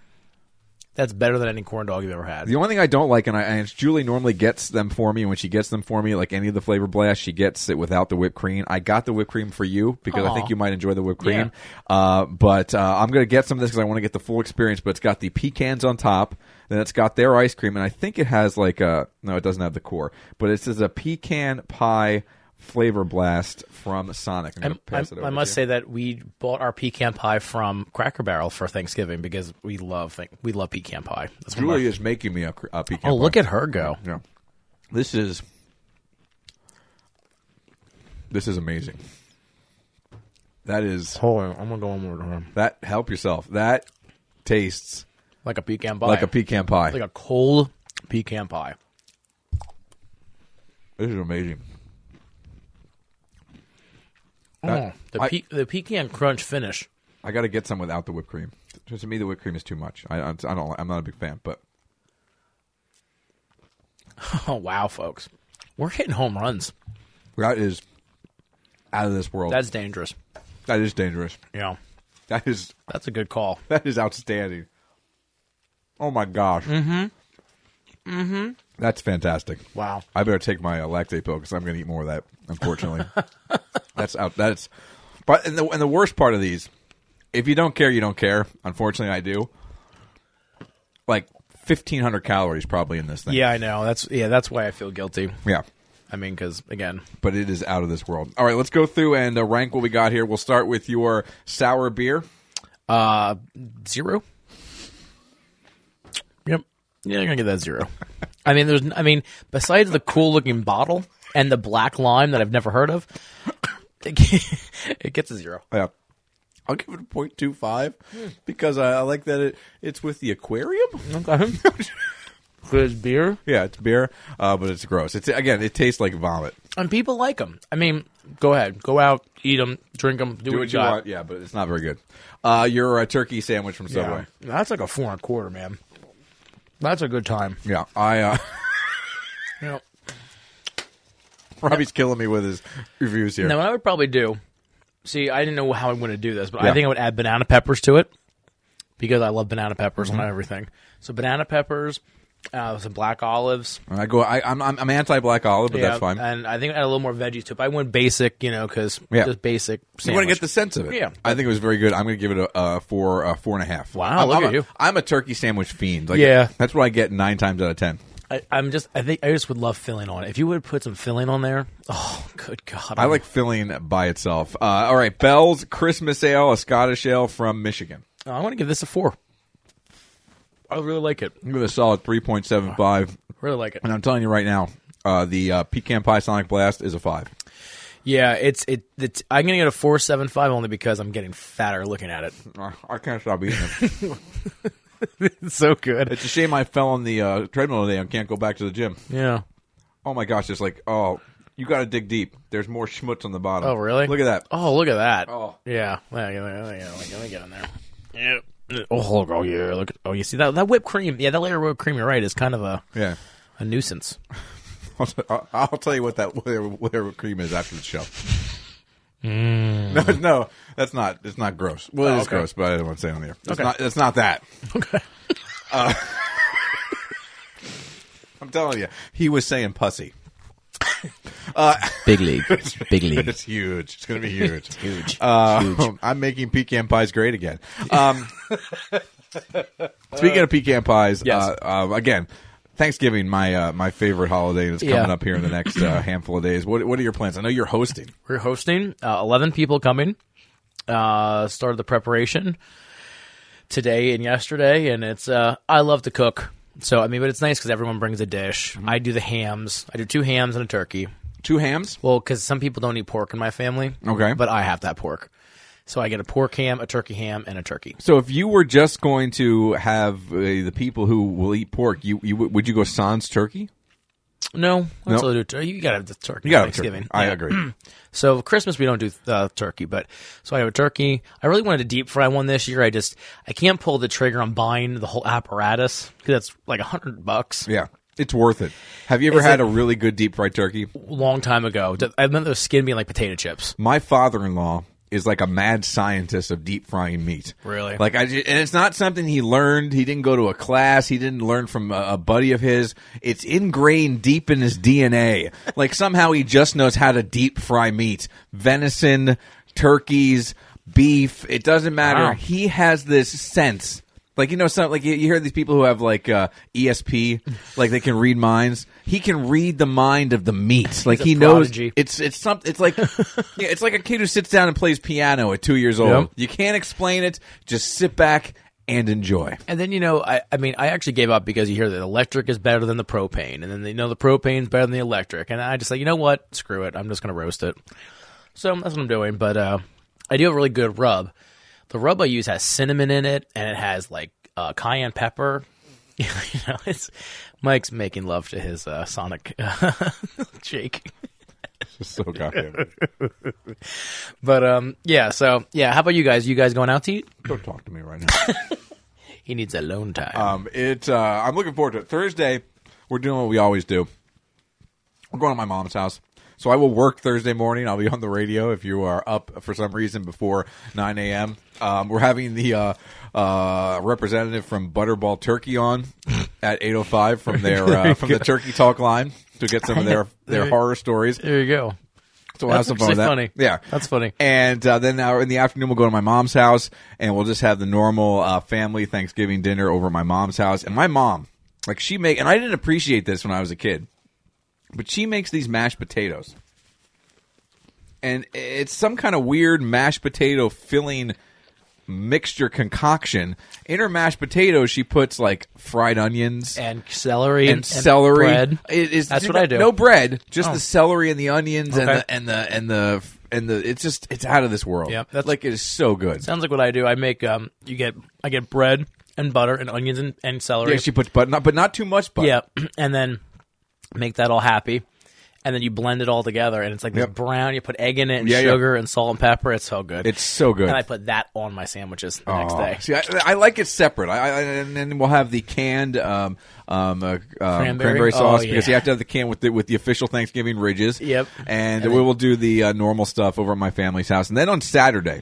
that's better than any corn dog you've ever had. The only thing I don't like, and, I, and Julie normally gets them for me, and when she gets them for me, like any of the flavor blasts, she gets it without the whipped cream. I got the whipped cream for you because I Aw. think you might enjoy the whipped cream. Uh, but uh, I'm going to get some of this because I want to get the full experience. But it's got the pecans on top, then it's got their ice cream, and I think it has like a no, it doesn't have the core, but it says a pecan pie flavor blast from Sonic. I'm, I'm- gonna pass I'm- it over I must to you. say that we bought our pecan pie from Cracker Barrel for Thanksgiving because we love thing- we love pecan pie. That's one of Julie our- is making me a, cr- a pecan. oh, pie. look at her go! Yeah. This is This is amazing. That is Hold on, I'm gonna go one more time. that help yourself. That tastes Like a pecan pie, like a pecan pie. like a cold pecan pie. this is amazing. Mm, Oh, That- the I- pe- the pecan crunch finish. I got to get some without the whipped cream. To to me the whipped cream is too much. I I don't I'm not a big fan, but Oh wow, folks, we're hitting home runs. that is out of this world. That's dangerous. that is dangerous. Yeah, That is that's a good call. That is outstanding. Oh my gosh. Mm-hmm. Mm-hmm. That's fantastic. Mm-hmm. Wow. I better take my uh, lactate pill because I'm going to eat more of that. Unfortunately, that's out. That's. But and the and the worst part of these, if you don't care, you don't care. Unfortunately, I do. Like 1,500 calories probably in this thing. Yeah, I know. That's yeah. That's why I feel guilty. Yeah. I mean, because again, But it is out of this world. All right, let's go through and uh, rank what we got here. We'll start with your sour beer. uh, zero. Yep. Yeah, I'm gonna get that zero. I mean, there's. I mean, besides the cool looking bottle and the black lime that I've never heard of, it g- it gets a zero. Yeah. Uh, I'll give it a point two five because I, I like that it, it's with the aquarium. Okay. Good beer. Yeah, it's beer, uh, but it's gross. It's again, it tastes like vomit. And people like them. I mean, go ahead, go out, eat them, drink them, do, Do what you got. want, yeah, but it's not very good. Uh, your uh, turkey sandwich from Yeah. Subway. That's like a four and a quarter, man. That's a good time. Yeah, I uh, You know, Robbie's killing me with his reviews here. Now, what I would probably do, see, I didn't know how I am going to do this, but Yeah. I think I would add banana peppers to it because I love banana peppers Mm-hmm. on everything. So banana peppers, uh, some black olives. I go. I, I'm I'm I'm anti black olive, but that's Yeah, uh, fine. And I think I add a little more veggies to it. But I went basic, you know, because Yeah. just basic. you want to get the sense of it. Yeah. I think it was very good. I'm going to give it a, a four, a four and a half. Wow, I'm, look I'm at a, you. I'm a turkey sandwich fiend. Like, Yeah. that's what I get nine times out of ten. I, I'm just. I think I just would love filling on it. If you would put some filling on there, oh, good god! I like filling by itself. Uh, all right, Bell's Christmas Ale, a Scottish ale from Michigan. Oh, I want to give this a four. I really like it. I'm going to solid three point seven five. Really like it. And I'm telling you right now, uh, the uh, pecan pie Sonic Blast is a five. Yeah, it's it. It's, I'm gonna get a four seven five only because I'm getting fatter looking at it. Uh, I can't stop eating it. It's so good. it's a shame I fell on the uh, treadmill today and can't go back to the gym. Yeah. Oh my gosh, it's like oh, you got to dig deep. There's more schmutz on the bottom. Oh, really? Look at that. Oh, look at that. Oh. Yeah. Let me, let me, let me- let me get in there. Yeah. Oh, look. Oh, yeah. Look. Oh, you see that that whipped cream? Yeah, that layer of whipped cream. You're right. Is kind of a Yeah. a nuisance. I'll, I'll- I'll tell you what that whatever, whatever cream is after the show. No, no, that's not. It's not gross. Well, it is Mm. Oh, okay. gross, but I didn't want to say it on the air. It's Okay. not. It's not that. Okay. I'm telling you, he was saying pussy. Uh, Big league, big league. It's huge. It's going to be huge. Huge. Uh, I'm making pecan pies great again. Um, speaking of pecan pies, Yes. uh, uh, again, Thanksgiving, my uh, my favorite holiday, and it's coming Yeah. up here in the next uh, handful of days. What What are your plans? I know you're hosting. We're hosting uh, 11 people coming. Uh, started the preparation today and yesterday, and it's uh, I love to cook. So I mean, but it's nice because everyone brings a dish. I do the hams. I do two hams and a turkey. Two hams. Well, because some people don't eat pork in my family. Okay. but I have that pork, so I get a pork ham, a turkey ham, and a turkey. So if you were just going to have uh, the people who will eat pork, you, you would you go sans turkey? No, I Nope. still do tur- you gotta have the turkey. You got on a turkey. Thanksgiving. I Yeah. agree. So Christmas we don't do uh, turkey, but so I have a turkey. I really wanted to deep fry one this year. I just I can't pull the trigger on buying the whole apparatus because that's like a hundred bucks. yeah. It's worth it. Have you ever Is had it- a really good deep fried turkey? Long time ago, Th- I remember the skin being like potato chips. My father-in-law is like a mad scientist of deep frying meat. Really? Like I ju- and it's not something he learned. He didn't go to a class. He didn't learn from a, a buddy of his. It's ingrained deep in his DNA. like somehow he just knows how to deep fry meat, venison, turkeys, beef. It doesn't matter. Wow. He has this sense. Like you know, some like you, you hear these people who have like uh, ESP, like they can read minds. He can read the mind of the meat. Like a he knows prodigy. it's it's something. It's like yeah, it's like a kid who sits down and plays piano at two years old. Yep. You can't explain it. Just sit back and enjoy. And then you know, I, I mean, I actually gave up because you hear that electric is better than the propane, and then they know the propane's better than the electric, and I just like, you know what? Screw it. I'm just gonna roast it. So that's what I'm doing. But uh, I do have a really good rub. The rub I use has cinnamon in it, and it has like uh, cayenne pepper. you know, it's Mike's making love to his uh, Sonic shake. So goddamn. But um, yeah. So yeah, how about you guys? You guys going out to eat? Don't talk to me right now. He needs alone time. Um, it. Uh, I'm looking forward to it. Thursday, we're doing what we always do. We're going to my mom's house. So I will work Thursday morning. I'll be on the radio if you are up for some reason before 9 a.m. Um, we're having the uh, uh, representative from Butterball Turkey on at 8:05 from their uh, from the Turkey Talk line to get some of their their horror stories. there you go. So we'll have That's some fun with that. actually funny. Yeah, That's funny. And uh, then now in the afternoon, we'll go to my mom's house, and we'll just have the normal uh, family Thanksgiving dinner over at my mom's house. And my mom, like she make, and I didn't appreciate this when I was a kid, but she makes these mashed potatoes, and it's some kind of weird mashed potato filling mixture concoction. In her mashed potatoes, she puts like fried onions And celery and, celery. bread. It is That's no- what I do. No bread, just Oh. the celery and the onions Okay. and the and the and the and the. It's just it's out of this world. Yep, that's- like it is so good. Sounds like what I do. I make um, you get I get bread and butter and onions and, and celery. Yeah, she puts but not but not too much butter. Yeah, and then make that all happy, and then you blend it all together, and it's like Yep. this brown. You put egg in it and Yeah, yeah. sugar and salt and pepper. It's so good. it's so good. and I put that on my sandwiches the next Oh. day. See, I, I like it separate. I, I and then we'll have the canned um, um, uh, um, cranberry. Oh, sauce because yeah. you have to have the can with the with the official Thanksgiving ridges. Yep. and, we will do the uh, normal stuff over at my family's house, and then on Saturday,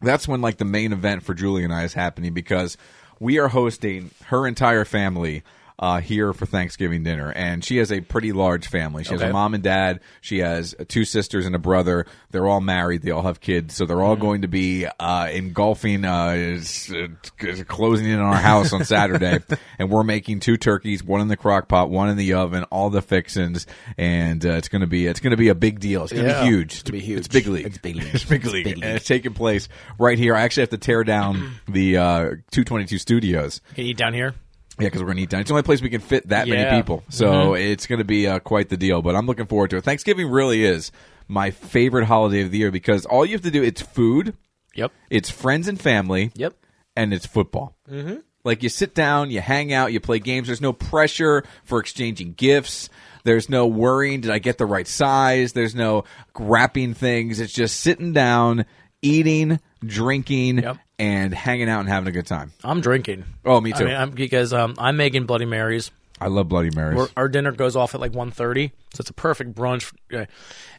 that's when like the main event for Julie and I is happening because we are hosting her entire family. Uh, here for Thanksgiving dinner, and she has a pretty large family. She has Okay. a mom and dad. She has two sisters and a brother. They're all married. They all have kids, so they're all Mm-hmm. going to be uh, engulfing, uh, is, uh, c- closing in on our house on Saturday. and we're making two turkeys, one in the crock pot, one in the oven, all the fixins, and uh, it's gonna be it's gonna be a big deal. It's gonna Yeah. be huge. It's gonna be huge. It's big league. It's big league. it's big league. big And league. it's taking place right here. I actually have to tear down the uh, 222 studios. Can you eat down here? Yeah, because we're gonna eat down. It's the only place we can fit that Yeah. Mm-hmm. many people, so it's gonna be uh, quite the deal. But I'm looking forward to it. Thanksgiving really is my favorite holiday of the year because all you have to do it's food, Yep. it's friends and family, Yep. and it's football. Mm-hmm. Like you sit down, you hang out, you play games. There's no pressure for exchanging gifts. There's no worrying. Did I get the right size? There's no wrapping things. It's just sitting down, eating, drinking, Yep. and hanging out and having a good time. I'm drinking. Oh, me too. I mean, I'm, because um, I'm making Bloody Marys. I love Bloody Marys. We're, our dinner goes off at like 1.30, so it's a perfect brunch. uh,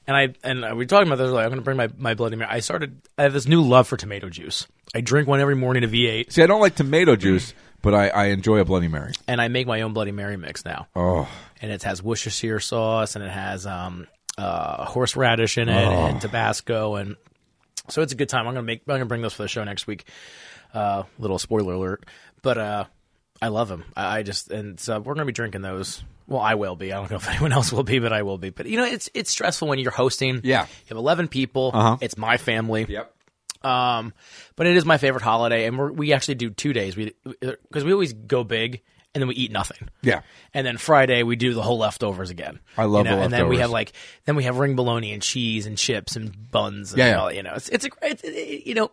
And I and uh, we were talking about this. Like, I'm going to bring my, my Bloody Mary. I started. I have this new love for tomato juice. I drink one every morning of V8, See, I don't like tomato juice, but I, I enjoy a Bloody Mary. and I make my own Bloody Mary mix now. Oh, And it has Worcestershire sauce, and it has um, uh, horseradish in it, Oh. and Tabasco, and so it's a good time. I'm going to make. I'm going to bring this for the show next week. Uh, little spoiler alert, but uh, I love them. I, I just and so we're going to be drinking those. Well, I will be. I don't know if anyone else will be, but I will be. But you know, it's it's stressful when you're hosting. Yeah. Uh-huh. you have 11 people. It's my family. yep. Um, but it is my favorite holiday, and we're, we actually do two days. We because we always go big and then we eat nothing. Yeah. and then Friday we do the whole leftovers again. I love you know? the And then we leftovers. have like then we have ring bologna and cheese and chips and buns. And Yeah, yeah. all, you know, it's it's a it's, it, you know.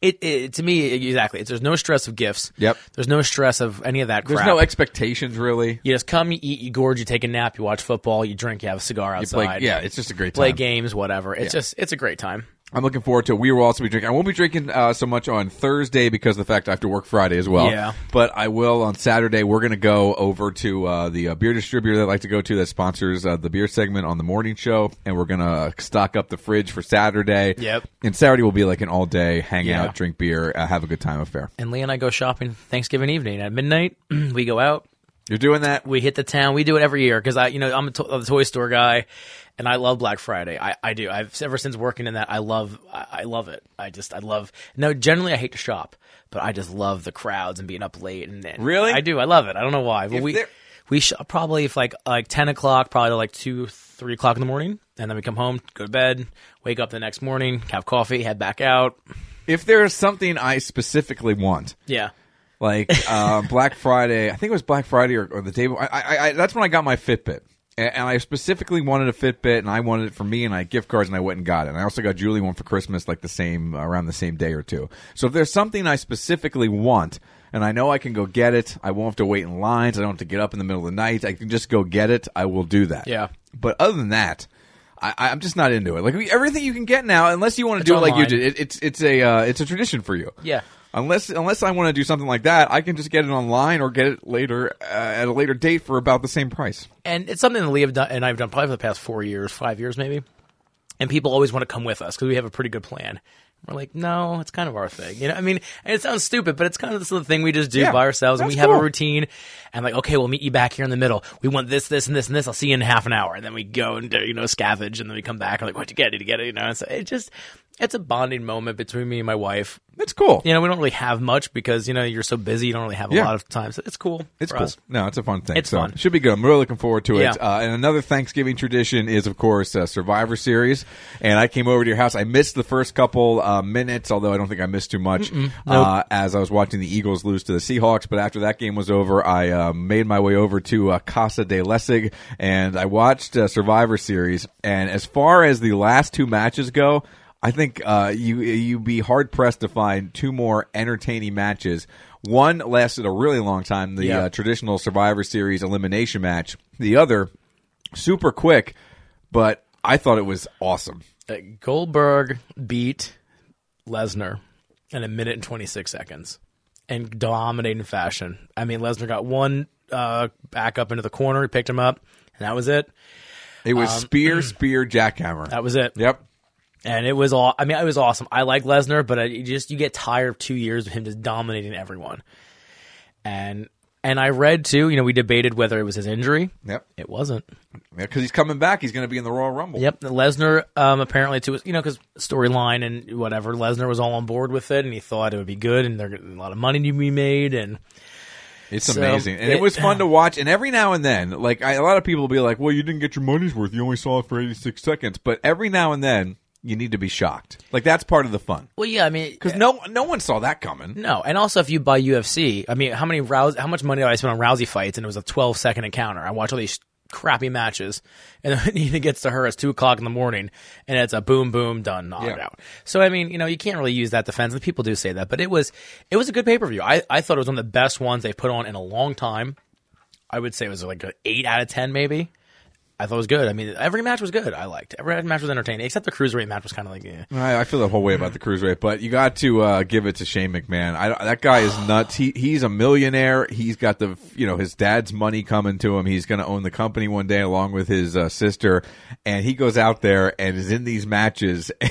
It, it to me exactly. It's, there's no stress of gifts. Yep. There's no stress of any of that crap. There's no expectations really. you just come, you eat, you gorge, you take a nap, you watch football, you drink, you have a cigar It's outside. like, yeah, it's just a great time. play games, whatever. It's just it's a great time. I'm looking forward to. it. We will also be drinking. I won't be drinking uh, so much on Thursday because of the fact I have to work Friday as well. Yeah. But I will on Saturday. We're going to go over to uh, the uh, beer distributor that I like to go to that sponsors uh, the beer segment on the morning show, and we're going to stock up the fridge for Saturday. Yep. And Saturday will be like an all day hang Yeah. out, drink beer, uh, have a good time affair. and Lee and I go shopping Thanksgiving evening at midnight. we go out, You're doing that. we hit the town. We do it every year because I, you know, I'm a, to- a toy store guy, and I love Black Friday. I, I do. I've ever since working in that, I love, I, I love it. I just, I love. No, generally I hate to shop, but I just love the crowds and being up late. And, and Really? I do. I love it. I don't know why, but we they're- we shop probably if like like ten o'clock, probably like two, three o'clock in the morning, and then we come home, go to bed, wake up the next morning, have coffee, head back out. If there is something I specifically want, Yeah. like uh, Black Friday. I think it was Black Friday or, or the day. I, I, I, that's when I got my Fitbit, and, and I specifically wanted a Fitbit, and I wanted it for me, and I had gift cards, and I went and got it. And I also got Julie one for Christmas, like the same around the same day or two. So if there's something I specifically want. And I know I can go get it. I won't have to wait in lines. I don't have to get up in the middle of the night. I can just go get it. I will do that. Yeah. But other than that, I, I'm just not into it. Like we- everything you can get now, unless you want to It's do it like you online. did. It, it's it's a uh, it's a tradition for you. Yeah. Unless unless I want to do something like that, I can just get it online or get it later uh, at a later date for about the same price. and it's something that Lee have done, and I've done probably for the past four years, five years maybe. And people always want to come with us because we have a pretty good plan. We're like, no, it's kind of our thing, you know. I mean, and it sounds stupid, but it's kind of this little thing we just do Yeah, by ourselves, and we that's have cool. a routine. And like, okay, we'll meet you back here in the middle. We want this, this, and this, and this. I'll see you in half an hour, and then we go and do, you know scavenge, and then we come back. and like, what you get? Did you get it? You know, and so it just it's a bonding moment between me and my wife. It's cool. You know, we don't really have much because you know you're so busy, you don't really have a Yeah. lot of time. So it's cool. It's for cool. us. No, it's a fun thing. It's so, fun. Should be good. I'm really looking forward to it. Yeah. Uh, and another Thanksgiving tradition is, of course, uh, Survivor Series. And I came over to your house. I missed the first couple uh, minutes, although I don't think I missed too much, uh, as I was watching the Eagles lose to the Seahawks. But after that game was over, I uh, made my way over to uh, Casa de Lessig and I watched uh, Survivor Series. And as far as the last two matches go, I think uh, you you'd be hard pressed to find two more entertaining matches. One lasted a really long time, the Yeah. uh, traditional Survivor Series elimination match. The other, super quick, but I thought it was awesome. that Uh, Goldberg beat Lesnar in a minute and 26 seconds in dominating fashion. I mean, Lesnar got one uh, back up into the corner, he picked him up, and that was it. It was spear, spear, jackhammer. Um, That was it. yep. And it was all. I mean, it was awesome. I like Lesnar, but I, you just you get tired of two years of him just dominating everyone. And and I read too. You know, we debated whether it was his injury. Yep. It wasn't. Because he's coming back. He's going to be in the Royal Rumble. Yep, Lesnar um, apparently too. You know, because storyline and whatever, Lesnar was all on board with it, and he thought it would be good, and there a lot of money to be made, and It's So, amazing, and it, it- was fun to watch. And every now and then, like I, a lot of people will be like, "Well, you didn't get your money's worth. You only saw it for eighty six seconds." But every now and then, you need to be shocked. Like that's part of the fun. well, yeah, I mean, Because no, no one saw that coming. no, and also if you buy UFC, I mean, how many Rouse, how much money did I spend on Rousey fights, and it was a twelve second encounter. I watch all these crappy matches, and then Nina gets to her it's two o'clock in the morning, and it's a boom, boom, done, knocked Yeah. out. So I mean, you know, you can't really use that defense. And people do say that, but it was it was a good pay per view. I I thought it was one of the best ones they put on in a long time. I would say it was like an eight out of ten, maybe. I thought it was good. I mean, every match was good. I liked every match was entertaining, except the cruiserweight match was kind of like, eh. I, I feel that whole way about the cruiserweight, but you got to uh, give it to Shane McMahon. I, that guy is nuts. He he's a millionaire. He's got the you know his dad's money coming to him. He's going to own the company one day along with his uh, sister, and he goes out there and is in these matches. and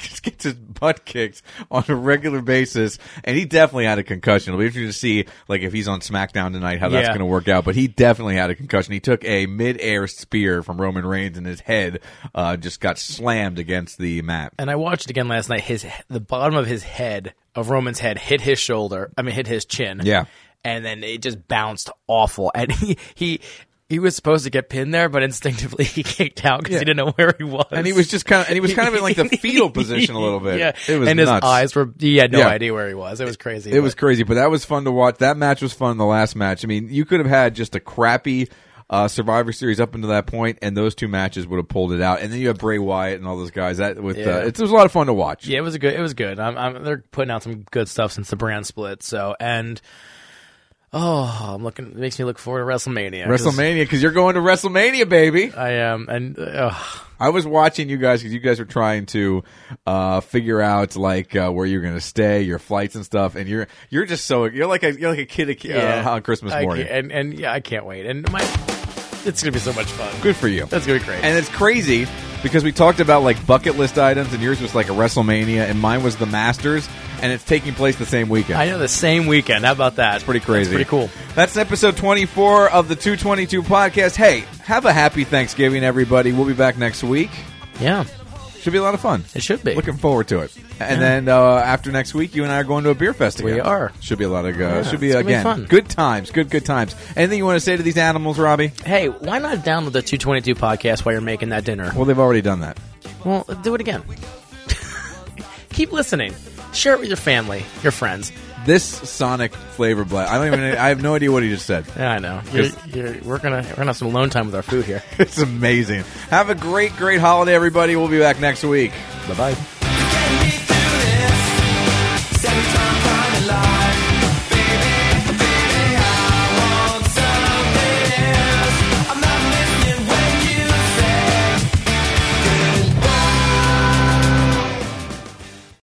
Just gets his butt kicked on a regular basis, and he definitely had a concussion. It'll be interesting to see, like, if he's on SmackDown tonight, how that's Yeah. going to work out. But he definitely had a concussion. He took a mid-air spear from Roman Reigns, and his head uh, just got slammed against the mat. and I watched it again last night. His the bottom of his head of Roman's head hit his shoulder. I mean, hit his chin. Yeah. and then it just bounced awful. And he he he was supposed to get pinned there, but instinctively he kicked out because he didn't know where he was. and he was just kind of, and he was kind of in like the fetal position a little bit. yeah, it was and his nuts. eyes were. He had no Yeah. idea where he was. It was crazy. It was crazy, but that was fun to watch. That match was fun. The last match, I mean, you could have had just a crappy uh, Survivor Series up until that point, and those two matches would have pulled it out. And then you have Bray Wyatt and all those guys. That with Yeah. uh, it's, it was a lot of fun to watch. Yeah, it was a good. It was good. I'm, I'm, they're putting out some good stuff since the brand split. So and oh, I'm looking. It makes me look forward to WrestleMania. 'cause WrestleMania because you're going to WrestleMania, baby. I am, and uh, I was watching you guys because you guys were trying to uh, figure out like uh, where you're going to stay, your flights and stuff, and you're you're just so you're like a you're like a kid uh, on Christmas I morning. can't- and and yeah, I can't wait. And my, it's gonna be so much fun. Good for you. That's gonna be great. And it's crazy because we talked about like bucket list items, and yours was like a WrestleMania, and mine was the Masters, and it's taking place the same weekend. I know the same weekend. How about that? It's pretty crazy. pretty cool. That's episode 24 of the 222 podcast. Hey, have a happy Thanksgiving, everybody. We'll be back next week. Yeah, Should be a lot of fun. it should be. Looking forward to it. And then uh, after next week, you and I are going to a beer fest again. We are. Should be a lot of uh, should be it's gonna be again fun. good times. Good good times. Anything you want to say to these animals, Robbie? hey, why not download the 222 podcast while you're making that dinner? Well, they've already done that. Well, do it again. Keep listening. Share it with your family, your friends. This Sonic flavor blast. I don't even. I have no idea what he just said. Yeah, I know. You're, you're, we're gonna we're gonna have some alone time with our food here. It's amazing. Have a great, great holiday, everybody. We'll be back next week. bye bye. Get me through this. Seven times.